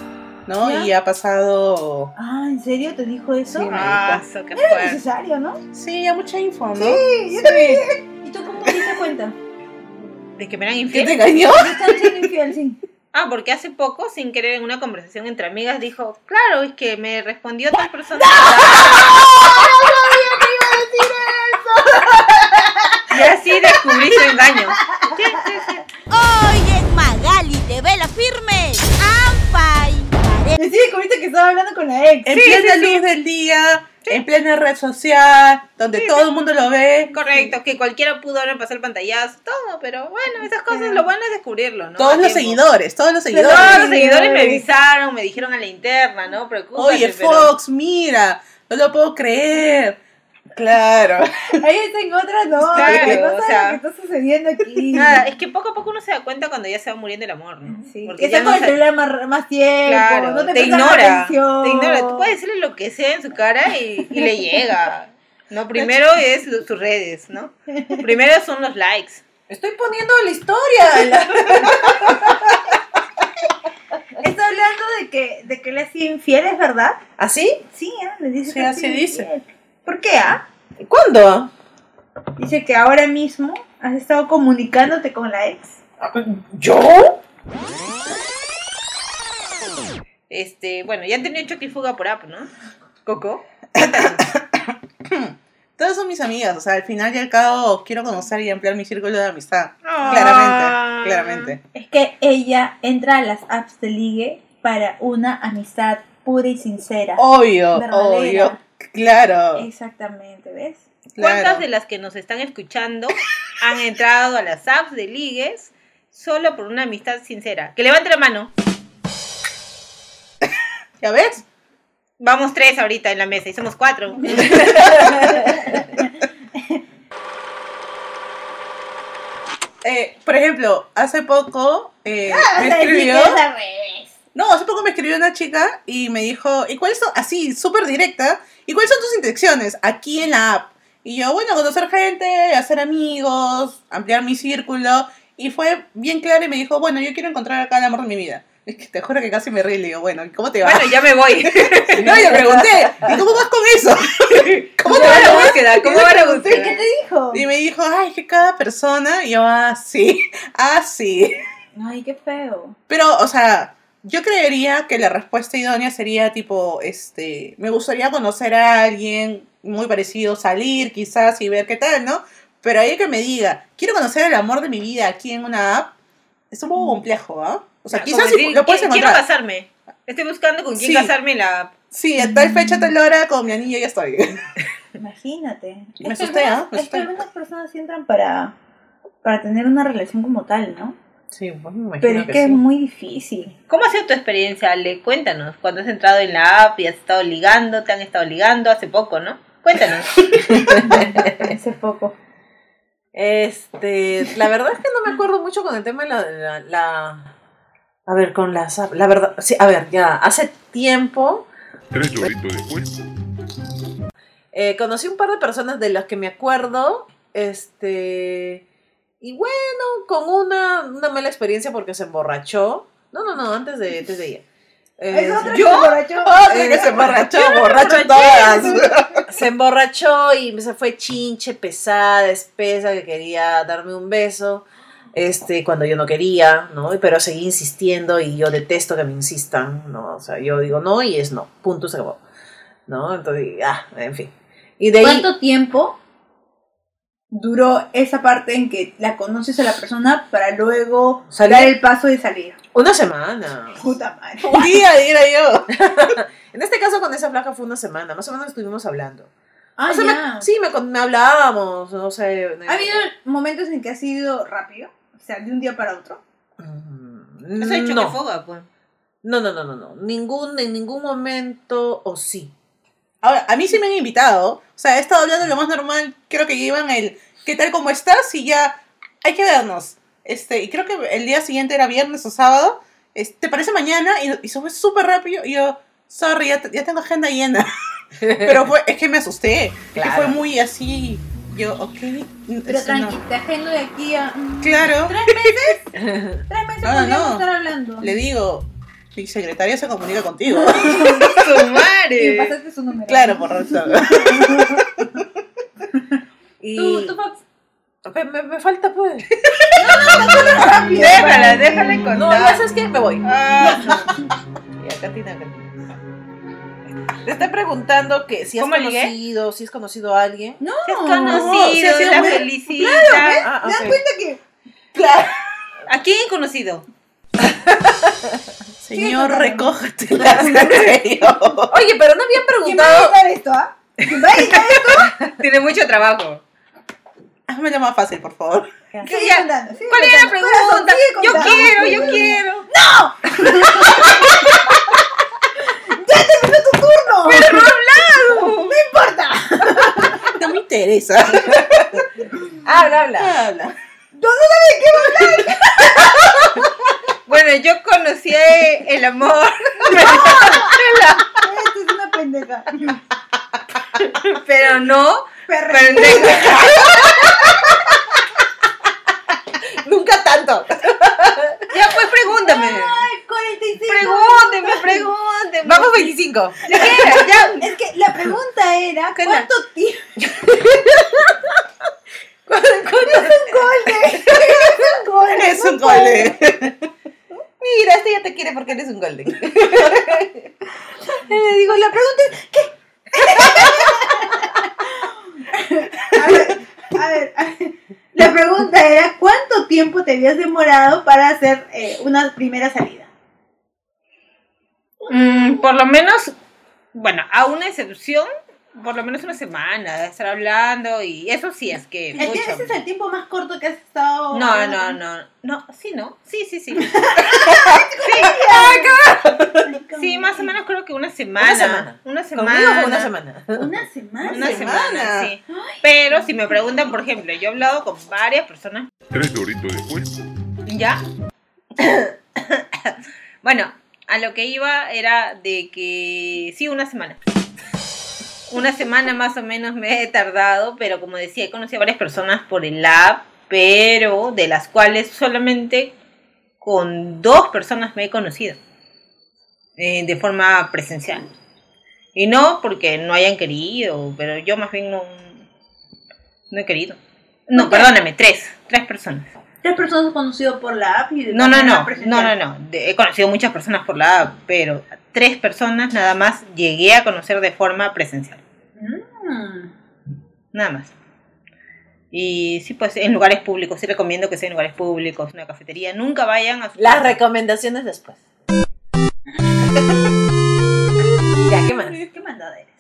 Speaker 6: ¿no?
Speaker 2: ¿Ya?
Speaker 6: Y ha pasado.
Speaker 2: Ah, ¿en serio te dijo eso?
Speaker 6: Sí, me-
Speaker 2: no
Speaker 5: Ah, so, qué
Speaker 2: era
Speaker 5: fuerte.
Speaker 2: necesario, ¿no?
Speaker 6: Sí, ya mucha info, ¿no?
Speaker 2: Sí, yo también. ¿Y tú cómo te diste cuenta?
Speaker 5: De que me eran
Speaker 6: ¿Qué te
Speaker 5: infiel.
Speaker 6: engañó?
Speaker 2: Me están siendo infiel, sí.
Speaker 5: Ah, porque hace poco, sin querer, en una conversación entre amigas, dijo, claro, es que me respondió tal persona. Y así descubrí su engaño. Sí, sí, sí.
Speaker 8: Oye, Magali, te vela firme. ¡Ampay!
Speaker 2: Me sí descubriste que estaba hablando con la ex.
Speaker 6: En plena luz del día, en plena red social, donde todo el mundo lo ve.
Speaker 5: Correcto, que cualquiera pudo haber pasado el pantallazo, todo, pero bueno, esas cosas lo bueno es descubrirlo, ¿no? A
Speaker 6: Todos los
Speaker 5: tiempo.
Speaker 6: seguidores, todos los seguidores.
Speaker 5: Todos los seguidores me avisaron, me dijeron a la interna, ¿no? Preocúpate.
Speaker 6: Oye,
Speaker 5: pero-
Speaker 6: Fox, mira, no lo puedo creer. Claro.
Speaker 2: Ahí está en otra, no.
Speaker 5: Claro,
Speaker 2: que no
Speaker 5: o
Speaker 2: sabes
Speaker 5: sea.
Speaker 2: lo que está sucediendo aquí.
Speaker 5: Nada, es que poco a poco uno se da cuenta cuando ya se va muriendo el amor, ¿no?
Speaker 2: Sí,
Speaker 5: Porque
Speaker 2: que
Speaker 5: ya
Speaker 2: está
Speaker 5: no
Speaker 2: con el
Speaker 5: sa-
Speaker 2: celular más, más tiempo,
Speaker 5: Claro,
Speaker 2: no te,
Speaker 5: te,
Speaker 2: prestan
Speaker 5: ignora.
Speaker 2: atención.
Speaker 5: Te ignora. Tú puedes decirle lo que sea en su cara y, y le llega. No, primero es lo- sus redes, ¿no? Primero son los likes.
Speaker 1: Estoy poniendo la historia. la-
Speaker 2: Está hablando de que, de que le ha sido infiel, ¿es verdad?
Speaker 1: ¿Así?
Speaker 2: Sí, ah, le dice
Speaker 6: Sí,
Speaker 2: que ha
Speaker 6: así
Speaker 2: sido
Speaker 6: dice.
Speaker 2: infiel. ¿Por qué, ah?
Speaker 1: ¿Cuándo?
Speaker 2: Dice que ahora mismo has estado comunicándote con la ex.
Speaker 1: ¿Yo?
Speaker 5: Este, bueno, ya han tenido choque y fuga por app, ¿no? Coco.
Speaker 6: Todas son mis amigas, o sea, al final y al cabo quiero conocer y ampliar mi círculo de amistad.
Speaker 5: Ah.
Speaker 6: Claramente, claramente.
Speaker 2: Es que ella entra a las apps de ligue para una amistad pura y sincera.
Speaker 5: Oh.
Speaker 6: Obvio,
Speaker 2: Verdadera.
Speaker 6: obvio. Claro,
Speaker 2: Exactamente, ¿ves?
Speaker 5: ¿Cuántas de
Speaker 6: claro.
Speaker 5: las que nos están escuchando han entrado a las apps de ligues solo por una amistad sincera? Que levante la mano.
Speaker 6: ¿Ya ves?
Speaker 5: Vamos tres ahorita en la mesa y somos cuatro.
Speaker 6: Eh, por ejemplo, hace poco eh, me eh,
Speaker 2: Vas a decir que
Speaker 6: escribió...
Speaker 5: Ah,
Speaker 2: es al revés.
Speaker 6: No, hace poco me escribió una chica y me dijo, ¿y cuáles son? Así, súper directa, ¿y cuáles son tus intenciones aquí en la app? Y yo, bueno, conocer gente, hacer amigos, ampliar mi círculo. Y fue bien clara y me dijo, bueno, yo quiero encontrar acá el amor de mi vida. Es que te juro que casi me reí y le digo, bueno, ¿y cómo te va?
Speaker 5: Bueno, ya me voy.
Speaker 6: no, yo pregunté, ¿y cómo vas con eso? ¿Cómo
Speaker 5: ¿Cómo
Speaker 6: te
Speaker 5: va
Speaker 6: va?
Speaker 5: la búsqueda? ¿Cómo va la
Speaker 2: ¿Qué
Speaker 5: búsqueda?
Speaker 2: te dijo?
Speaker 6: Y me dijo, ay, que cada persona, y yo, ah, sí, ah, sí.
Speaker 2: Ay, qué feo.
Speaker 6: Pero, o sea, yo creería que la respuesta idónea sería tipo, este, me gustaría conocer a alguien muy parecido, salir quizás y ver qué tal, ¿no? Pero ahí que me diga, quiero conocer el amor de mi vida aquí en una app, es un
Speaker 1: Mm.
Speaker 6: poco complejo, ¿ah? O sea, quizás
Speaker 5: Como
Speaker 6: sí
Speaker 5: decir,
Speaker 6: lo puedes
Speaker 5: "Qui- Quiero
Speaker 6: encontrar.
Speaker 5: casarme. Estoy buscando con quién
Speaker 6: Sí.
Speaker 5: casarme en la app.
Speaker 6: Sí, a tal fecha, a
Speaker 1: Mm.
Speaker 6: tal hora, con mi anillo ya estoy.
Speaker 2: Imagínate.
Speaker 6: Me
Speaker 2: Es que
Speaker 6: asusté,
Speaker 2: algunas-
Speaker 6: ¿ah? Me
Speaker 2: Es que
Speaker 6: asusté.
Speaker 2: algunas personas sí entran para, para tener una relación como tal, ¿no?
Speaker 1: Sí, pues me imagino
Speaker 2: Pero es que es muy difícil.
Speaker 5: ¿Cómo ha sido tu experiencia, Ale? Cuéntanos. Cuando has entrado en la app y has estado ligando, te han estado ligando hace poco, ¿no? Cuéntanos.
Speaker 2: Hace poco.
Speaker 1: Este, la verdad es que no me acuerdo mucho con el tema de la, la- la- a ver, con las app- la verdad, sí, a ver, ya hace tiempo
Speaker 3: Tres doritos después.
Speaker 1: eh, conocí un par de personas de las que me acuerdo, este, y bueno, con una una mala experiencia porque se emborrachó. No, no, no, antes de antes de ella. Eh,
Speaker 2: ¿Yo? Ah,
Speaker 1: eh,
Speaker 6: que se emborrachó, borracho
Speaker 1: se emborrachó y se fue chinche, pesada, espesa, que quería darme un beso. Este, cuando yo no quería, ¿no? Pero seguí insistiendo y yo detesto que me insistan, ¿no? O sea, yo digo no y es no, punto, se acabó, ¿no? Entonces, y, ah, en fin. Y de ahí,
Speaker 2: ¿Cuánto tiempo duró esa parte en que la conoces a la persona para luego
Speaker 1: Salir.
Speaker 2: dar el paso de salir?
Speaker 1: una semana.
Speaker 2: Puta madre.
Speaker 6: Un día, diría yo.
Speaker 1: En este caso con esa flaca fue una semana, más o menos estuvimos hablando.
Speaker 2: Ah,
Speaker 1: o sea,
Speaker 2: ya.
Speaker 1: me, sí, me, con- me hablábamos, no sé.
Speaker 2: ¿Ha habido momentos en que ha sido rápido? O sea, de un día para otro.
Speaker 1: Mm,
Speaker 5: Eso ha hecho que
Speaker 1: no.
Speaker 5: foga, pues.
Speaker 1: No, no, no, no, no. Ningún, en ningún momento, o sí.
Speaker 6: Ahora, a mí sí me han invitado. O sea, he estado hablando lo más normal. Creo que llevan el ¿qué tal cómo estás? Y ya hay que vernos. Este, y creo que el día siguiente era viernes o sábado. Es, ¿Te parece mañana? Y, y se fue súper rápido. Y yo, sorry, ya, te- ya tengo agenda llena. Pero fue, es que me asusté. Que
Speaker 1: Claro.
Speaker 6: fue muy así. Yo, ok. n-
Speaker 2: Pero
Speaker 6: es-
Speaker 2: tranqui,
Speaker 6: no.
Speaker 2: te agendo de aquí a mm,
Speaker 6: Claro,
Speaker 2: tres meses
Speaker 6: No, no,
Speaker 2: podríamos
Speaker 6: no.
Speaker 2: estar hablando.
Speaker 6: le digo, mi secretaria se comunica contigo.
Speaker 5: ¡Su
Speaker 2: Y me
Speaker 5: madre!
Speaker 2: pasaste su número.
Speaker 6: claro, por razón.
Speaker 1: Y
Speaker 2: Tú, tú, Fabs,
Speaker 1: Me, me- me falta pues.
Speaker 5: Déjala, déjala contar.
Speaker 1: No, ya sabes que me voy.
Speaker 5: Ah,
Speaker 1: Ya, Katina, Katina. Te está preguntando que si has
Speaker 5: ¿Cómo ligué?
Speaker 1: conocido, si has conocido a alguien.
Speaker 2: No,
Speaker 5: te has
Speaker 6: No, sí,
Speaker 5: conocido,
Speaker 6: sí,
Speaker 5: la
Speaker 6: me-
Speaker 5: felicita. ¿eh?
Speaker 1: Ah,
Speaker 2: ¿Te das
Speaker 1: ok.
Speaker 2: cuenta que
Speaker 5: ¿A quién he conocido?
Speaker 6: Señor,
Speaker 2: contando.
Speaker 6: recógetela, en serio.
Speaker 1: Oye, pero no habían
Speaker 2: ¿Quién va a
Speaker 1: preguntado.
Speaker 2: editar esto, ah? ¿Quién va a editar esto?
Speaker 5: Tiene mucho trabajo.
Speaker 6: Hazmelo más fácil, por favor.
Speaker 5: Sí,
Speaker 2: Sigue
Speaker 5: ya.
Speaker 2: contando, sigue
Speaker 5: ¿Cuál era la
Speaker 2: contando. Corazón,
Speaker 5: pregunta?
Speaker 2: sigue
Speaker 5: Yo
Speaker 2: contando.
Speaker 5: quiero, yo quiero.
Speaker 2: ¡Ya terminó tu turno!
Speaker 5: ¡Pero no he hablado!
Speaker 6: No me interesa.
Speaker 1: Habla, habla.
Speaker 5: Ah.
Speaker 6: Habla.
Speaker 5: Bueno, yo conocí el amor.
Speaker 2: Esto es una pendeja.
Speaker 5: Pero no.
Speaker 2: Perra.
Speaker 5: Pendeja.
Speaker 1: Nunca tanto.
Speaker 5: Ya pues pregúntame.
Speaker 2: Ay, 45.
Speaker 5: Pregúnteme, pregúnteme.
Speaker 1: Vamos 25.
Speaker 5: Ya, ya.
Speaker 2: Es que la pregunta era
Speaker 5: ¿Qué
Speaker 2: ¿cuánto tiempo?
Speaker 6: Es un gole.
Speaker 1: Mira, este ya te quiere porque eres un golden.
Speaker 2: Le digo, la pregunta es ¿qué? a ver, a ver, a ver. La pregunta era ¿cuánto tiempo te habías demorado para hacer eh, una primera salida?
Speaker 5: Mm, por lo menos, bueno, a una excepción, por lo menos una semana de estar hablando y eso sí es que
Speaker 2: El tiempo-
Speaker 5: mucho.
Speaker 2: ese es el tiempo más corto que has estado.
Speaker 5: No, no, no, no, sí, no, sí, sí, sí. Sí, más o menos creo que una semana.
Speaker 1: Una semana. Conmigo
Speaker 5: Una semana.
Speaker 1: fue una semana.
Speaker 2: Una semana.
Speaker 5: Una semana,
Speaker 6: semana.
Speaker 5: sí. Pero si me preguntan, por ejemplo, yo he hablado con varias personas
Speaker 3: Tres doritos después.
Speaker 5: ¿Ya? bueno, a lo que iba era de que sí, una semana. Una semana más o menos me he tardado, pero como decía, he conocido a varias personas por el app, pero de las cuales solamente con dos personas me he conocido eh, de forma presencial. Y no porque no hayan querido, pero yo más bien no, no he querido. No, perdóname, tres, tres personas.
Speaker 2: Tres personas conocidas por la app y de
Speaker 5: No, no,
Speaker 2: manera
Speaker 5: no, no,
Speaker 2: presencial.
Speaker 5: no, no. De- He conocido muchas personas por la app, pero tres personas nada más llegué a conocer de forma presencial.
Speaker 2: Mm.
Speaker 5: Nada más. Y sí, pues en lugares públicos, sí recomiendo que sea en lugares públicos, una cafetería. Nunca vayan a su
Speaker 1: Las
Speaker 5: casa.
Speaker 1: recomendaciones después. ya, ¿qué más?
Speaker 2: Qué maldad eres.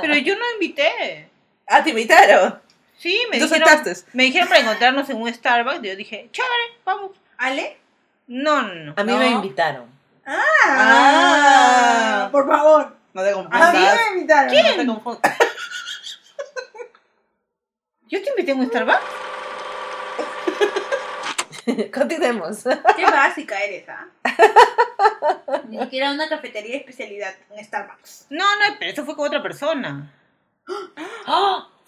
Speaker 5: Pero yo no invité.
Speaker 6: Ah, te invitaron.
Speaker 5: Sí, me
Speaker 6: Tú
Speaker 5: dijeron,
Speaker 6: aceptaste.
Speaker 5: me dijeron para encontrarnos en un Starbucks. Y yo dije, chévere, vamos.
Speaker 2: ¿Ale?
Speaker 5: No, no, no.
Speaker 1: A mí
Speaker 6: No.
Speaker 1: me invitaron.
Speaker 6: Ah.
Speaker 2: por favor.
Speaker 6: No te
Speaker 2: A mí
Speaker 6: confundas.
Speaker 2: me invitaron.
Speaker 6: No te confundas.
Speaker 5: ¿Yo te invité a un Starbucks?
Speaker 1: Continuemos.
Speaker 2: Qué básica eres, ¿ah? Ni siquiera una cafetería de especialidad, un Starbucks.
Speaker 5: No, no, pero eso fue con otra persona.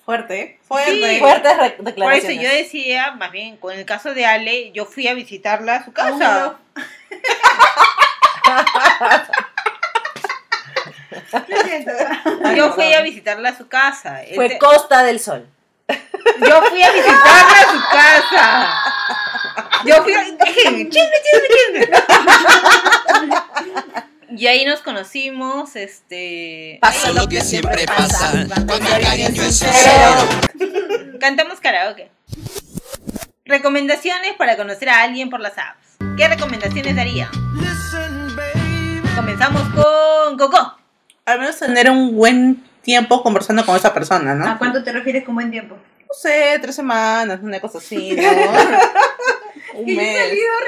Speaker 6: Fuerte, fuerte.
Speaker 5: Sí.
Speaker 1: Fuertes re-
Speaker 5: Por eso yo
Speaker 1: declaraciones.
Speaker 5: decía, más bien, con el caso de Ale, yo fui a visitarla a su
Speaker 2: Ah,
Speaker 5: casa.
Speaker 2: Lo siento.
Speaker 5: Yo fui a visitarla a su casa.
Speaker 1: Fue
Speaker 5: Este-
Speaker 1: Costa del Sol.
Speaker 5: Yo fui a visitarla a su casa. Yo fui a... Dejen, chisme, chisme, chisme. Y ahí nos conocimos, este...
Speaker 1: Pasa
Speaker 7: lo que siempre pasa cuando el cariño es
Speaker 5: Cantamos karaoke. Recomendaciones para conocer a alguien por las apps. ¿Qué recomendaciones daría? Comenzamos con Coco.
Speaker 6: Al menos tener un buen tiempo conversando con esa persona, ¿no?
Speaker 2: ¿A cuánto te refieres con buen tiempo?
Speaker 6: No sé, tres semanas, una cosa así, ¿no? un mes.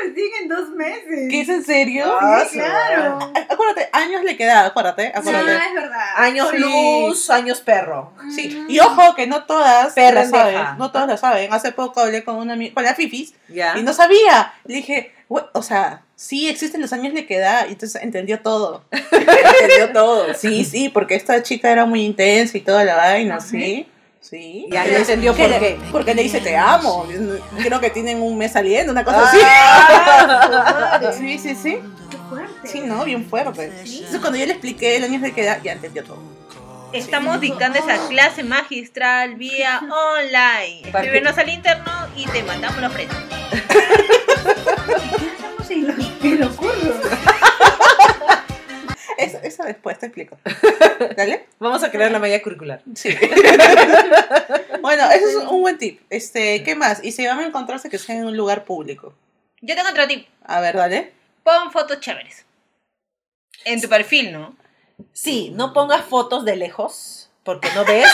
Speaker 2: recién en dos meses.
Speaker 6: ¿Qué es en serio?
Speaker 2: Ah, sí, claro.
Speaker 6: Ay, Acuérdate, años le queda, acuérdate, acuérdate.
Speaker 2: es verdad. Ah,
Speaker 1: Años
Speaker 6: Sí.
Speaker 1: luz, años perro.
Speaker 6: Sí, y ojo que no todas
Speaker 1: Pendeja.
Speaker 6: lo saben, no todas lo saben. Hace poco hablé con una ami- con la Fifis
Speaker 1: ¿Ya?
Speaker 6: y no sabía. Le dije, "Güey, o sea, sí existen los años de que edad, y entonces entendió todo.
Speaker 1: entendió todo.
Speaker 6: Sí, sí, porque esta chica era muy intensa y toda la vaina, ¿sí? Sí.
Speaker 1: Ya, ya entendió por
Speaker 6: le-
Speaker 1: qué.
Speaker 6: Porque le dice te amo. Creo que tienen un mes saliendo, una cosa así. Sí, sí, sí.
Speaker 2: Qué fuerte.
Speaker 6: Sí, no, bien fuerte. Entonces cuando yo le expliqué el año de que edad, ya entendió todo.
Speaker 5: Estamos dictando esa clase magistral vía online. Escríbenos al interno y te mandamos los precios.
Speaker 2: ¿Qué estamos en los, en los cursos?
Speaker 6: Eso, eso después te explico. ¿Dale?
Speaker 1: Vamos a crear la malla curricular.
Speaker 6: Sí. bueno, eso es un buen tip. Este, ¿qué más? Y si van a encontrarse que sea en un lugar público.
Speaker 5: Yo tengo otro tip.
Speaker 6: A ver, dale.
Speaker 5: Pon fotos chéveres. En tu perfil, ¿no?
Speaker 1: Sí, no pongas fotos de lejos porque no ves,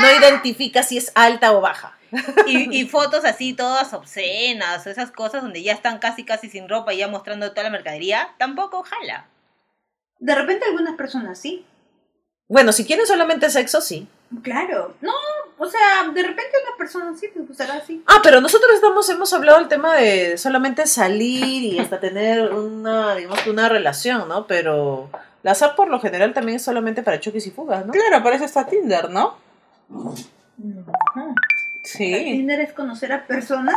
Speaker 1: no identificas si es alta o baja.
Speaker 5: Y, y fotos así todas obscenas, o esas cosas donde ya están casi casi sin ropa y ya mostrando toda la mercadería, tampoco jala.
Speaker 2: De repente algunas personas sí.
Speaker 1: Bueno, si quieren solamente sexo, sí.
Speaker 2: Claro. No, o sea, de repente una persona sí te gustará así.
Speaker 1: Ah, pero nosotros estamos, hemos hablado del tema de solamente salir y hasta tener una, digamos, que una relación, ¿no? Pero la SAP por lo general también es solamente para choques y fugas, ¿no?
Speaker 6: Claro, por eso está Tinder, ¿no? Sí.
Speaker 2: Tinder es conocer a personas.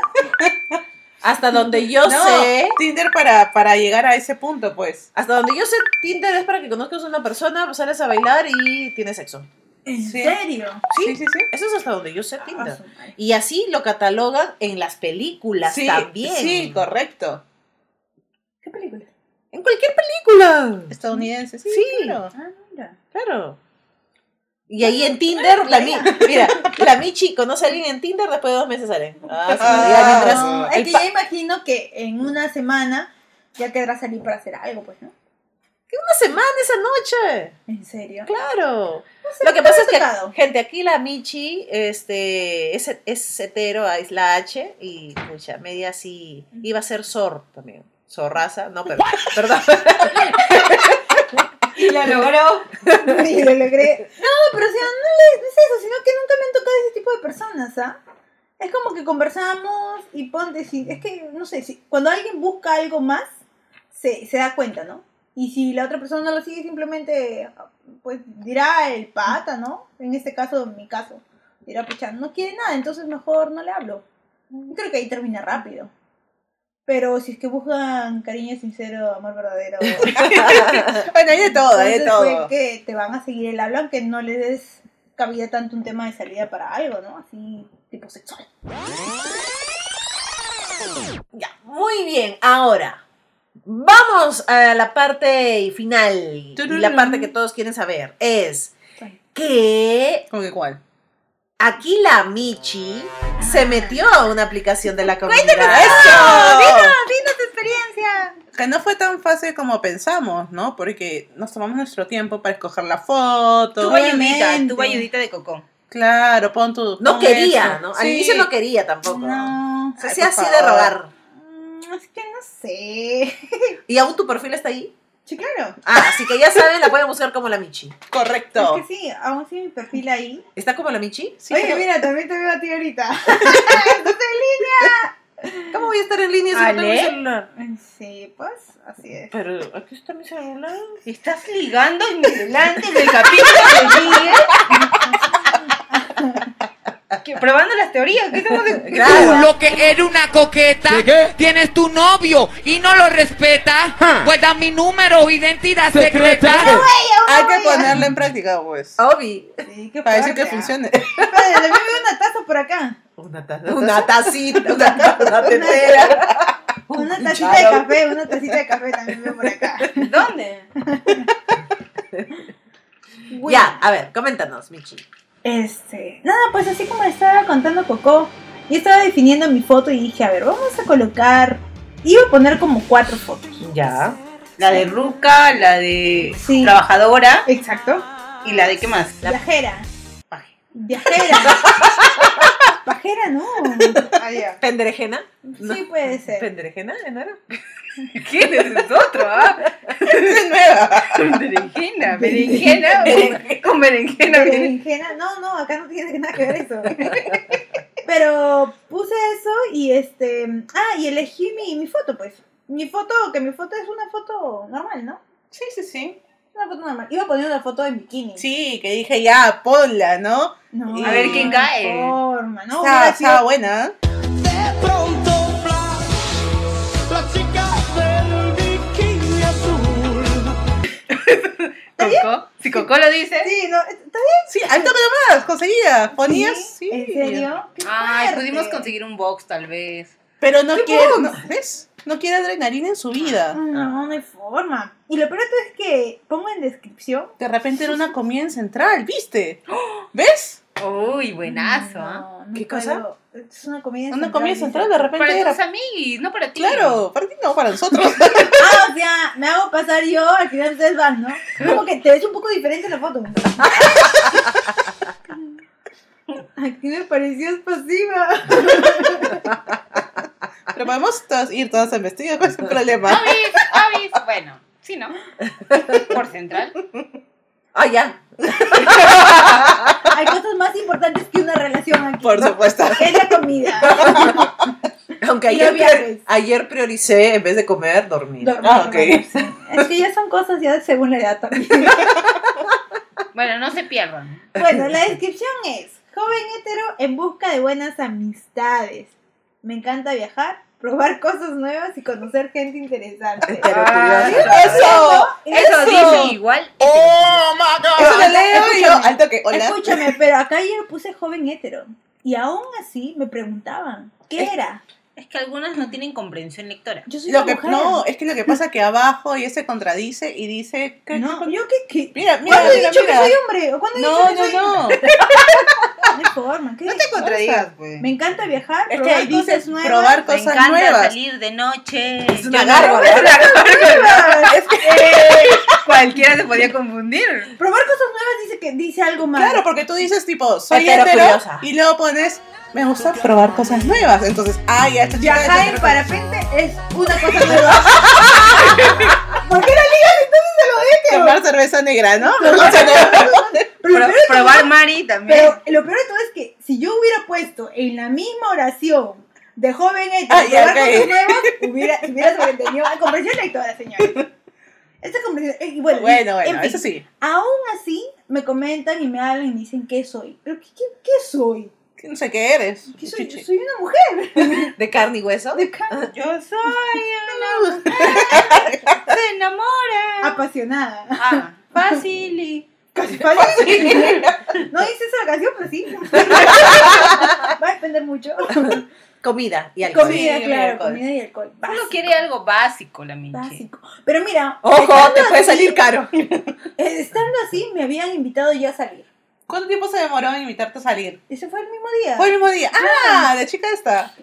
Speaker 1: Hasta donde yo
Speaker 6: No,
Speaker 1: sé,
Speaker 6: Tinder para, para llegar a ese punto, pues.
Speaker 1: hasta donde yo sé, Tinder es para que conozcas a una persona, sales a bailar y tienes sexo.
Speaker 2: ¿En
Speaker 6: Sí.
Speaker 2: serio?
Speaker 6: Sí, sí, sí.
Speaker 1: Eso es hasta donde yo sé
Speaker 2: Ah,
Speaker 1: Tinder.
Speaker 2: su madre.
Speaker 1: Y así lo catalogan en las películas
Speaker 6: Sí,
Speaker 1: también.
Speaker 6: sí, correcto.
Speaker 2: ¿Qué película?
Speaker 1: En cualquier película.
Speaker 6: Estadounidense, sí,
Speaker 1: Sí.
Speaker 6: claro.
Speaker 2: Ah, mira.
Speaker 1: Claro. Y ahí en Tinder, la mi, mira, la Michi conoce a alguien en Tinder, después de dos meses salen. Ah, sí, ya mientras-
Speaker 2: No,
Speaker 1: el
Speaker 2: es que
Speaker 1: pa-
Speaker 2: ya imagino que en una semana ya querrás salir para hacer algo, pues, ¿no?
Speaker 1: una semana esa noche.
Speaker 2: ¿En serio?
Speaker 1: Claro.
Speaker 2: sé,
Speaker 1: Lo que
Speaker 2: nunca
Speaker 1: pasa
Speaker 2: me
Speaker 1: es
Speaker 2: ha tocado.
Speaker 1: que, gente, aquí la Michi este, es, es hetero, es la H, y mucha media así. Iba a ser Zor también. Zorraza, no, pero, perdón.
Speaker 5: Y la logró.
Speaker 2: Y lo logré. No, pero o sea, no le- no es eso, sino que nunca me han tocado ese tipo de personas, ¿ah? Es como que conversamos y ponte, si, es que, no sé, si, cuando alguien busca algo más, se, se da cuenta, ¿no? Y si la otra persona no lo sigue, simplemente, pues dirá el pata, ¿no? En este caso, en mi caso, dirá, pucha, no quiere nada, entonces mejor no le hablo. Yo creo que ahí termina rápido. Pero si es que buscan cariño sincero, amor verdadero,
Speaker 6: Bueno, hay de todo, hay de
Speaker 2: entonces fue
Speaker 6: todo.
Speaker 2: que te van a seguir el habla, aunque no le des cabida tanto un tema de salida para algo, ¿no? Así, tipo sexual.
Speaker 1: Ya, muy bien, ahora vamos a la parte final. Y la parte que todos quieren saber es que
Speaker 6: ¿Cómo que cuál?
Speaker 1: aquí la Michi se metió a una aplicación de la Ah, comunidad.
Speaker 6: ¡Eso!
Speaker 2: tu experiencia!
Speaker 6: Que no fue tan fácil como pensamos, ¿no? Porque nos tomamos nuestro tiempo para escoger la foto.
Speaker 5: Tuvo ayudita,
Speaker 6: Obviamente.
Speaker 5: tuvo ayudita de cocón.
Speaker 6: Claro, pon tu.
Speaker 1: No
Speaker 6: pon
Speaker 1: quería,
Speaker 6: Ah, eso.
Speaker 1: ¿no? Al
Speaker 6: Sí.
Speaker 1: inicio no quería tampoco.
Speaker 6: No.
Speaker 1: Se
Speaker 6: Ay,
Speaker 1: hacía así
Speaker 6: por
Speaker 1: de
Speaker 6: favor.
Speaker 1: rogar.
Speaker 2: Mm, Es que no sé.
Speaker 1: ¿Y aún tu perfil está ahí?
Speaker 2: Sí, claro.
Speaker 1: Ah, así que ya saben, la pueden buscar como la Michi.
Speaker 6: Correcto.
Speaker 2: Es que sí, aún sí mi perfil ahí.
Speaker 1: ¿Está como la Michi?
Speaker 6: Sí,
Speaker 2: Oye,
Speaker 6: pero-
Speaker 2: mira, también te veo a ti ahorita.
Speaker 1: ¿Cómo voy a estar en línea si no tengo mi
Speaker 5: ¿Ale?
Speaker 1: celular?
Speaker 2: sí, pues, así es.
Speaker 1: Pero aquí está mi celular.
Speaker 5: Estás ligando en delante del capítulo de
Speaker 6: ¿eh?
Speaker 5: Miguel. Que- Probando las teorías, ¿qué estamos de-
Speaker 1: Claro.
Speaker 9: Lo que era una coqueta,
Speaker 7: ¿De qué?
Speaker 9: tienes tu novio y no lo respeta,
Speaker 7: Ja.
Speaker 9: pues da mi número o identidad
Speaker 7: Secreta.
Speaker 9: secreta.
Speaker 6: Hay que ponerlo en práctica, pues.
Speaker 1: Ah, Obi.
Speaker 2: Sí, qué
Speaker 6: Para decir que
Speaker 2: fuerte, ¿ah?
Speaker 6: funcione.
Speaker 2: Espérate, también veo una taza por acá.
Speaker 1: Una taza. Una tacita, una, taza, una tetera.
Speaker 2: Una tacita de café, una tacita de café también veo por acá.
Speaker 5: ¿Dónde?
Speaker 1: Ya, a ver, coméntanos, Michi.
Speaker 2: Este, nada, pues así como le estaba contando Coco, yo estaba definiendo mi foto y dije, a ver, vamos a colocar, iba a poner como cuatro fotos.
Speaker 1: Ya.
Speaker 5: La de Ruca, la de
Speaker 2: Sí.
Speaker 5: Trabajadora
Speaker 2: Exacto.
Speaker 5: y la de qué más.
Speaker 2: Viajera. Viajera. Pajera no. Adiós.
Speaker 1: ¿Penderejena? No.
Speaker 2: Sí puede ser.
Speaker 1: ¿Penderejena? ¿No era?
Speaker 5: ¿Quién es otro? Ah?
Speaker 6: Es nueva.
Speaker 5: Berenjena, berenjena,
Speaker 1: Berenjena.
Speaker 5: con berenjena. viene.
Speaker 2: Berenjena. No, no, acá no tiene nada que ver eso. Pero puse eso y este, ah, y elegí mi, mi foto, pues. Mi foto, que mi foto es una foto normal, ¿no?
Speaker 6: Sí, sí, sí.
Speaker 2: Una foto normal. Iba a poner una foto en bikini.
Speaker 6: Sí, que dije ya, ponla, ¿no?
Speaker 2: No,
Speaker 6: A ver quién
Speaker 2: no
Speaker 5: cae.
Speaker 2: hay Forma, no,
Speaker 6: Estaba-
Speaker 2: hubiera sido-
Speaker 6: estaba buena. ¿eh?
Speaker 7: De pronto, flash, la chica del bikini azul.
Speaker 5: Cocó. Si Cocó lo dice.
Speaker 2: Sí, no, está bien. ¿eh?
Speaker 6: Sí, al toque nomás, conseguía. Ponías. Sí.
Speaker 2: ¿En serio? ¡Qué
Speaker 5: Ay,
Speaker 2: fuerte!
Speaker 5: pudimos conseguir un box tal vez.
Speaker 6: Pero no quiere. No, ¿Ves? No quiere adrenalina en su vida.
Speaker 2: No, no hay forma. Y lo peor de todo es que pongo en descripción.
Speaker 6: De repente era una comida en central, ¿viste?
Speaker 2: ¡Oh!
Speaker 6: ¿Ves?
Speaker 5: Uy, buenazo. ¿ah?
Speaker 2: No, no
Speaker 1: ¿Qué
Speaker 2: puedo. Es una comida
Speaker 6: Una comida en
Speaker 2: dice.
Speaker 6: central de
Speaker 5: Para
Speaker 6: repente
Speaker 5: tus
Speaker 6: era.
Speaker 5: amigos, no para ti.
Speaker 6: Claro, para ti no, para nosotros.
Speaker 2: Ah, o sea, me hago pasar yo, al final ustedes van, ¿no? Como que te ves un poco diferente la foto. Aquí me pareció pasiva.
Speaker 6: Pero podemos todas ir todas en vestido, ¿cuál es el problema?
Speaker 5: Avis, avis. Bueno, sí, ¿no? Por central.
Speaker 1: Ah, ya.
Speaker 2: Hay cosas más importantes que una relación aquí.
Speaker 6: Por supuesto.
Speaker 2: Es la comida.
Speaker 1: Aunque
Speaker 2: Y
Speaker 1: ayer,
Speaker 2: los viajes.
Speaker 1: prior- ayer prioricé, en vez de comer, dormir.
Speaker 2: Dormir,
Speaker 6: Ah, ok.
Speaker 2: dormir, sí. Es que ya son cosas ya según la edad también.
Speaker 5: Bueno, no se pierdan.
Speaker 2: Bueno, la descripción es: joven hetero en busca de buenas amistades. Me encanta viajar, probar cosas nuevas y conocer gente interesante.
Speaker 1: Pero
Speaker 5: Ah,
Speaker 1: curioso.
Speaker 6: Eso,
Speaker 5: Eso,
Speaker 6: Eso.
Speaker 5: dice igual.
Speaker 7: Oh my
Speaker 6: eso
Speaker 7: god.
Speaker 6: lo leo y yo
Speaker 2: Escúchame.
Speaker 6: al toque. Hola.
Speaker 2: Escúchame, pero acá yo puse joven hetero. Y aún así me preguntaban: ¿qué era?
Speaker 5: Es que algunos no tienen comprensión lectora.
Speaker 2: Yo soy
Speaker 6: Lo
Speaker 2: una
Speaker 6: que,
Speaker 2: mujer.
Speaker 6: no, es que lo que pasa es que abajo ella se contradice y dice que
Speaker 2: No, yo qué. qué-
Speaker 6: Mira, mira,
Speaker 2: ¿Cuándo he
Speaker 6: mira,
Speaker 2: dicho que
Speaker 6: mira.
Speaker 2: soy hombre? ¿O cuándo he dicho
Speaker 6: No,
Speaker 2: que soy
Speaker 6: no,
Speaker 2: No
Speaker 6: no.
Speaker 2: hay forma, ¿qué?
Speaker 6: No te contradigas,
Speaker 2: Me
Speaker 6: güey.
Speaker 2: encanta viajar,
Speaker 6: Es que
Speaker 2: probar
Speaker 6: ahí dice
Speaker 2: cosas nuevas.
Speaker 6: probar
Speaker 5: Me
Speaker 6: cosas
Speaker 5: encanta
Speaker 6: nuevas.
Speaker 5: salir de noche.
Speaker 1: Es una
Speaker 5: Yo no-
Speaker 1: gárgola.
Speaker 5: Es que cualquiera se podía confundir.
Speaker 2: Probar cosas nuevas dice que dice algo más.
Speaker 6: Claro, porque tú dices tipo, soy
Speaker 1: Hetero
Speaker 6: hetero
Speaker 1: curiosa.
Speaker 6: y luego pones, me gusta probar cosas nuevas. Entonces, ay, ya esta chica es
Speaker 2: Viajar en
Speaker 6: hetero.
Speaker 2: parapente es una cosa nueva. ¿Por qué la ligas entonces a lo
Speaker 6: Tomar cerveza negra, ¿no? Me gusta negra.
Speaker 2: de Pero, lo
Speaker 5: Pro-
Speaker 2: peor de todo-
Speaker 5: probar Mari también.
Speaker 2: pero lo peor de todo es que si yo hubiera puesto en la misma oración de joven
Speaker 6: Ah,
Speaker 2: hecha de
Speaker 6: ya,
Speaker 2: probar
Speaker 6: ok.
Speaker 2: cosas nuevas, hubiera, hubiera sobrevenido a comprensión lectora, señores. Esta comprensión, eh, y bueno,
Speaker 6: Bueno,
Speaker 2: en
Speaker 6: bueno,
Speaker 2: fin,
Speaker 6: eso sí.
Speaker 2: Aún así, me comentan y me hablan y me dicen, ¿qué soy? ¿Pero qué, qué, qué soy?
Speaker 6: No sé qué eres.
Speaker 2: ¿Qué soy?
Speaker 6: Chuchi.
Speaker 2: Soy una mujer.
Speaker 1: ¿De carne y hueso?
Speaker 2: De ca-
Speaker 5: Yo soy una mujer que se enamora.
Speaker 2: apasionada.
Speaker 5: Ah, fácil y...
Speaker 2: Casi fácil. No hice esa canción, pero sí. Va a depender mucho.
Speaker 1: Comida y alcohol.
Speaker 2: Comida,
Speaker 6: y
Speaker 2: claro,
Speaker 6: alcohol.
Speaker 2: comida y alcohol.
Speaker 5: Uno
Speaker 2: Básico,
Speaker 5: quiere algo básico, la minche.
Speaker 2: básico. Pero mira,
Speaker 1: Ojo,
Speaker 2: estando
Speaker 1: te puede
Speaker 2: así-
Speaker 1: salir caro.
Speaker 2: eh, Estando así, me habían invitado ya a salir.
Speaker 6: ¿Cuánto tiempo se demoró en invitarte a salir?
Speaker 2: Ese fue el mismo día.
Speaker 6: Fue el mismo día. Ah, la chica esta.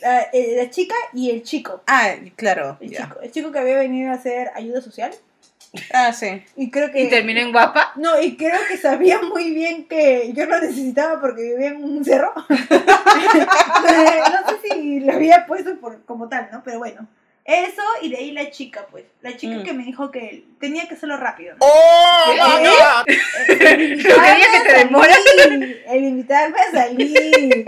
Speaker 2: La, eh, la chica y el chico.
Speaker 6: Ah, claro.
Speaker 2: El,
Speaker 6: ya.
Speaker 2: chico. el chico que había venido a hacer ayuda social.
Speaker 6: Ah, sí.
Speaker 2: Y creo que.
Speaker 5: Y termina en guapa.
Speaker 2: No, y creo que sabía muy bien que yo lo necesitaba porque vivía en un cerro. no sé si lo había puesto por, como tal, ¿no? Pero bueno. Eso y de ahí la chica, pues. La chica
Speaker 6: Mm.
Speaker 2: que me dijo que tenía que hacerlo rápido. ¿no?
Speaker 9: ¡Oh,
Speaker 2: ¿Qué?
Speaker 9: my God!
Speaker 5: quería que te demoras.
Speaker 2: El invitarme a salir.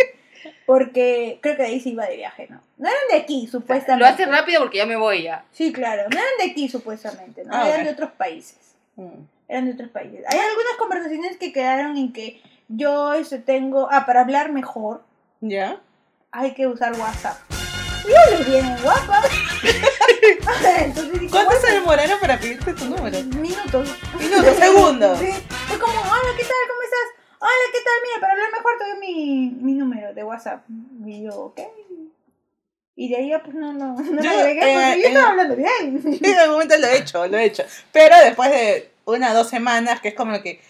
Speaker 2: Porque creo que de ahí se iba de viaje, ¿no? No eran de aquí, supuestamente.
Speaker 5: Lo hace rápido porque ya me voy ya.
Speaker 2: Sí, claro. No eran de aquí, supuestamente, ¿no?
Speaker 6: Ah,
Speaker 2: eran
Speaker 6: ok.
Speaker 2: de otros países.
Speaker 6: Mm.
Speaker 2: Eran de otros países. Hay algunas conversaciones que quedaron en que yo este, tengo. Ah, para hablar mejor
Speaker 6: ¿Ya?
Speaker 2: hay que usar WhatsApp. Yo le bien en WhatsApp. Entonces dije,
Speaker 6: ¿Cuánto
Speaker 2: bueno,
Speaker 6: se demoraron para pedirte tu número?
Speaker 2: Minutos.
Speaker 6: Minutos, segundos.
Speaker 2: Sí. Fue como, hola, ¿qué tal? ¿Cómo estás? Hola, ¿qué tal? Mira, para hablar mejor te doy mi, mi número de WhatsApp. Y yo, ok. Y de ahí ya, pues no, no, no le
Speaker 6: Yo,
Speaker 2: agregué
Speaker 6: eh,
Speaker 2: porque yo
Speaker 6: eh,
Speaker 2: estaba hablando bien.
Speaker 6: En algún momento lo he hecho, lo he hecho. Pero después de una o dos semanas, que es como que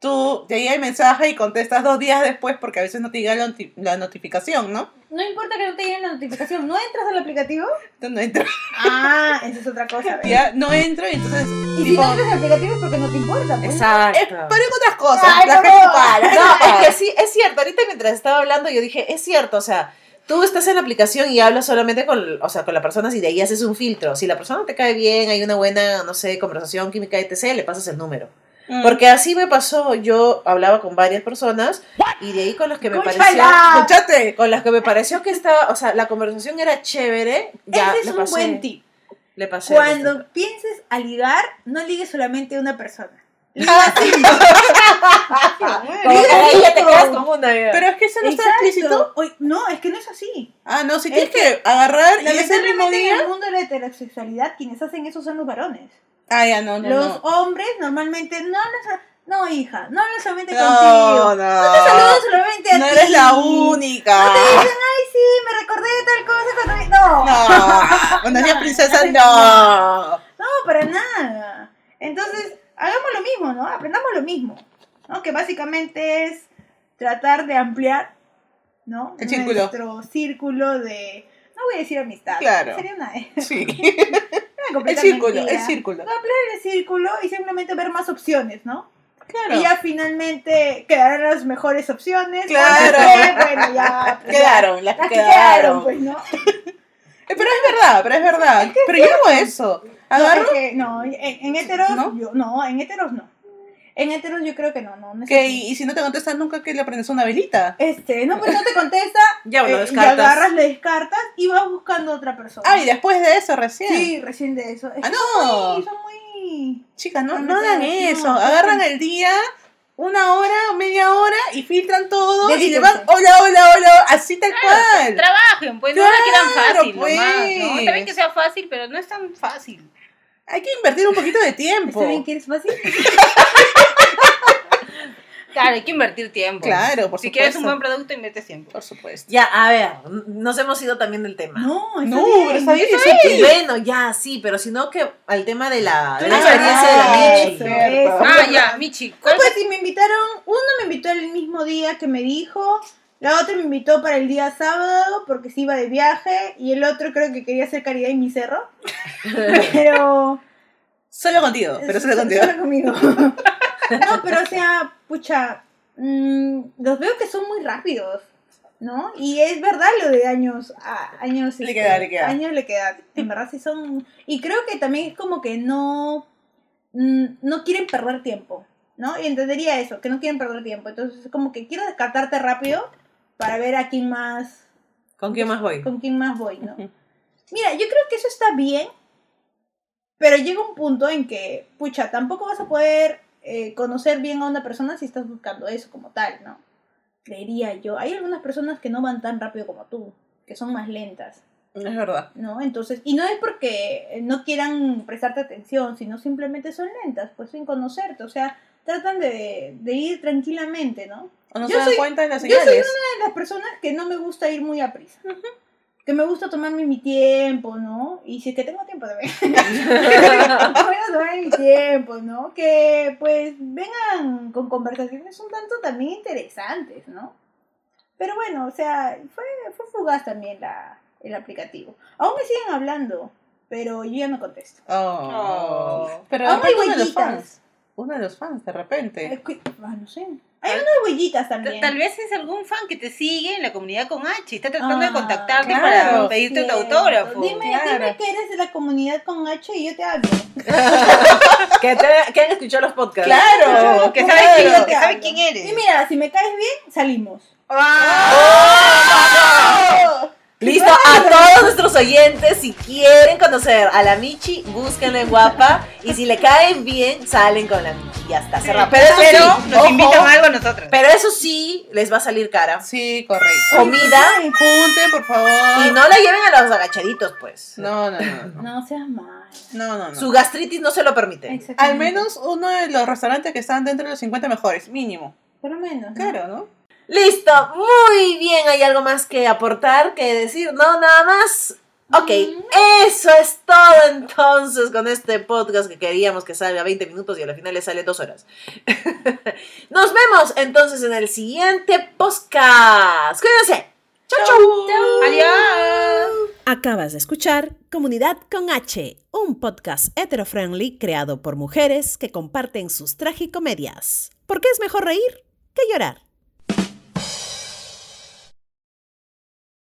Speaker 6: tú te llega el mensaje y contestas dos días después porque a veces no te llega la, noti- la notificación, ¿no?
Speaker 2: No importa que no te lleguen la notificación, ¿no entras al aplicativo?
Speaker 6: Entonces no entro.
Speaker 2: Ah, esa es otra cosa. ¿ves?
Speaker 6: Ya no entro y entonces.
Speaker 2: Y si
Speaker 6: tipo,
Speaker 2: no entras al aplicativo es porque no te importa. pues.
Speaker 6: es
Speaker 1: Exacto.
Speaker 6: para otras cosas.
Speaker 2: Ay,
Speaker 6: las
Speaker 2: no,
Speaker 6: que
Speaker 2: no.
Speaker 6: ocupas.
Speaker 1: No, es que sí, es cierto. Ahorita mientras estaba hablando, yo dije, es cierto, o sea, tú estás en la aplicación y hablas solamente con, o sea, con la persona, si de ahí haces un filtro. Si la persona te cae bien, hay una buena, no sé, conversación química, etc., le pasas el número.
Speaker 6: Mm.
Speaker 1: Porque así me pasó, yo hablaba con varias personas y de ahí con las que me pareció...
Speaker 2: ¡Cóchala!
Speaker 6: Escuchate.
Speaker 1: Con las que me pareció que estaba, o sea, la conversación era chévere. Ya,
Speaker 2: Ese es
Speaker 1: le
Speaker 2: un
Speaker 1: pasé,
Speaker 2: buen tip.
Speaker 1: Le pasé.
Speaker 2: Cuando pienses a ligar, no ligues solamente a una persona.
Speaker 1: Como que ahí ya te
Speaker 2: Liga
Speaker 1: quedas
Speaker 2: cinco.
Speaker 1: con una. ya.
Speaker 6: Pero es que eso no está
Speaker 2: Exacto.
Speaker 6: explícito.
Speaker 2: Oye, No, es que no es así.
Speaker 6: Ah, no, si
Speaker 2: Es
Speaker 6: tienes que, agarrar y ese mismo
Speaker 2: Lamentablemente en
Speaker 6: día.
Speaker 2: el mundo de la heterosexualidad quienes hacen eso son los varones.
Speaker 6: Ah, ya, no, no.
Speaker 2: los
Speaker 6: no.
Speaker 2: hombres normalmente no los no hija, no hablan solamente
Speaker 6: No,
Speaker 2: contigo. No,
Speaker 6: no.
Speaker 2: te saludan solamente a
Speaker 6: No
Speaker 2: ti.
Speaker 6: eres la
Speaker 2: No
Speaker 6: única.
Speaker 2: te dicen, ay sí, me recordé de tal cosa cuando vi-". No, no,
Speaker 6: No, cuando hacías
Speaker 2: No,
Speaker 6: princesa,
Speaker 2: no.
Speaker 6: no.
Speaker 2: para nada. Entonces, hagamos lo mismo, ¿no? Aprendamos lo mismo. ¿no? Que básicamente es tratar de ampliar, ¿no?
Speaker 6: El círculo.
Speaker 2: Nuestro círculo de. No voy a decir amistad.
Speaker 6: Claro.
Speaker 2: Sería una. E.
Speaker 6: Sí.
Speaker 2: una
Speaker 6: El
Speaker 2: completa
Speaker 6: círculo, el
Speaker 2: mentira.
Speaker 6: círculo.
Speaker 2: No ampliar el círculo y simplemente ver más opciones, ¿no?
Speaker 6: Claro.
Speaker 2: Y ya finalmente quedarán las mejores opciones.
Speaker 6: Claro.
Speaker 2: Porque, bueno, ya. pues,
Speaker 6: Quedaron,
Speaker 2: ya.
Speaker 6: las
Speaker 2: Las
Speaker 6: que
Speaker 2: que quedaron,
Speaker 6: quedaron.
Speaker 2: pues, ¿no?
Speaker 6: Eh, Pero es verdad, pero es verdad. Pero yo hago eso. Agarro
Speaker 2: No, es que, no, en, en heteros,
Speaker 6: ¿No?
Speaker 2: yo- no, en heteros no. En heteros yo creo que no, no. no es
Speaker 6: que,
Speaker 2: así.
Speaker 6: y, y si no te contestas nunca, que le prendes una velita.
Speaker 2: Este, no, pues no te contesta,
Speaker 1: ya lo
Speaker 2: eh, y
Speaker 1: descartas.
Speaker 2: agarras, le descartas y vas buscando otra persona.
Speaker 6: Ah, y después de eso recién.
Speaker 2: sí, recién de eso. Es
Speaker 6: Ah,
Speaker 2: que
Speaker 6: no.
Speaker 2: Son muy,
Speaker 6: Chicas, no,
Speaker 2: Ah, No,
Speaker 6: no
Speaker 2: no,
Speaker 6: hagan
Speaker 2: no,
Speaker 6: eso.
Speaker 2: no.
Speaker 6: Agarran el día, una hora, media hora, y filtran todo y le
Speaker 2: Dedíquense. Ah,
Speaker 6: van, hola, hola, hola, así tal cual.
Speaker 5: Trabajen, pues no la quieran
Speaker 6: Claro,
Speaker 5: fácil
Speaker 6: pues.
Speaker 5: nomás, ¿no? Está bien que sea fácil, pero no es tan fácil.
Speaker 6: Hay que invertir un poquito de
Speaker 2: muy.
Speaker 6: tiempo.
Speaker 2: ¿Está bien que eres fácil?
Speaker 5: Claro, hay que invertir tiempo.
Speaker 6: Claro, por
Speaker 5: si
Speaker 6: supuesto.
Speaker 5: quieres un buen producto, invierte tiempo.
Speaker 6: Por supuesto.
Speaker 1: Ya, a ver, n- nos hemos ido también del tema.
Speaker 2: No, Ah, está
Speaker 6: No,
Speaker 2: bien.
Speaker 6: pero está bien. eso
Speaker 1: Sí,
Speaker 6: sí.
Speaker 1: Bueno, ya, sí, pero sino que al tema de la, de la
Speaker 2: Ah,
Speaker 1: experiencia de la Michi.
Speaker 2: eso, eso.
Speaker 6: Cierto.
Speaker 5: Ah, ya, Michi, ¿cuál
Speaker 2: Pues si me invitaron, uno me invitó el mismo día que me dijo, la otra me invitó para el día sábado porque se iba de viaje y el otro creo que quería hacer caridad en mi cerro. Pero...
Speaker 6: Solo contigo, pero solo contigo.
Speaker 2: Solo conmigo. No, pero o sea, pucha, mm, los veo que son muy rápidos, ¿no? Y es verdad lo de años, a- años, este,
Speaker 6: Le queda, le queda.
Speaker 2: años le queda. En verdad sí son, y creo que también es como que no, mm, no quieren perder tiempo, ¿no? Y entendería eso, que no quieren perder tiempo. Entonces es como que quiero descartarte rápido para ver a quién más
Speaker 1: ¿Con quién más voy?
Speaker 2: con quién más voy, ¿no? Mira, yo creo que eso está bien, pero llega un punto en que, pucha, tampoco vas a poder eh, conocer bien a una persona si estás buscando eso como tal, ¿no? Creería yo. Hay algunas personas que no van tan rápido como tú, que son más lentas,
Speaker 1: Es verdad.
Speaker 2: ¿no? Entonces, y no es porque eh, no quieran prestarte atención, sino simplemente son lentas, pues sin conocerte, o sea, tratan de, de ir tranquilamente, ¿no?
Speaker 6: O no
Speaker 2: Yo
Speaker 6: se dan
Speaker 2: soy-
Speaker 6: cuenta de las
Speaker 2: yo soy
Speaker 6: señales.
Speaker 2: de las personas que no me gusta ir muy a prisa. Que me gusta tomarme mi tiempo, ¿no? Y si es que tengo tiempo también. me voy a tomar mi tiempo, ¿no? Que pues vengan con conversaciones un tanto también interesantes, ¿no? Pero bueno, o sea, fue, fue fugaz también la, el aplicativo. Aún me siguen hablando, pero yo ya no contesto.
Speaker 6: Oh.
Speaker 5: Oh.
Speaker 6: Pero
Speaker 2: Aún hay
Speaker 6: uno de los
Speaker 2: huellitas.
Speaker 6: fans. Uno de los fans, de repente.
Speaker 2: Eh, cu- ah, no sé. Hay unas huellitas
Speaker 5: Ta-
Speaker 2: también.
Speaker 5: Tal vez es algún fan que te sigue en la comunidad con H y está tratando
Speaker 2: Ah,
Speaker 5: de contactarte
Speaker 6: claro,
Speaker 5: para pedirte tu
Speaker 2: cierto.
Speaker 5: autógrafo.
Speaker 2: Dime, dime
Speaker 6: claro.
Speaker 2: que eres de la comunidad con H y yo te hablo.
Speaker 1: Que, te- que han escuchado los podcasts.
Speaker 5: Claro, que sabes quién,
Speaker 2: Claro.
Speaker 5: que sabe quién eres.
Speaker 2: Y mira, si me caes bien, salimos.
Speaker 1: ¡Oh! Listo, a todos nuestros oyentes, si quieren conocer a la Michi, búsquenla en guapa. Y si le caen bien, salen con la Michi. Ya está, cerrado. Pero eso
Speaker 5: Pero
Speaker 1: sí,
Speaker 5: nos
Speaker 1: ojo,
Speaker 5: invitan algo a nosotros.
Speaker 1: pero eso sí, les va a salir cara.
Speaker 6: Sí, correcto.
Speaker 1: Comida.
Speaker 6: Punten, por favor.
Speaker 1: Y no la lleven a los agachaditos, pues.
Speaker 6: No, no, no. no.
Speaker 2: No seas mal.
Speaker 6: No, no, no.
Speaker 1: Su gastritis no se lo permite.
Speaker 6: Al menos uno de los restaurantes que están dentro de los 50 mejores, mínimo.
Speaker 2: Por lo menos. ¿no?
Speaker 6: Claro, ¿no?
Speaker 1: Listo, muy bien. ¿Hay algo más que aportar, que decir? No, nada más. Ok, eso es todo entonces con este podcast que queríamos que salga 20 minutos y al final le sale 2 horas. Nos vemos entonces en el siguiente podcast. Cuídense. Chau, chau.
Speaker 5: Adiós.
Speaker 4: Acabas de escuchar Comunidad con H, un podcast heterofriendly creado por mujeres que comparten sus tragicomedias. Porque es mejor reír que llorar.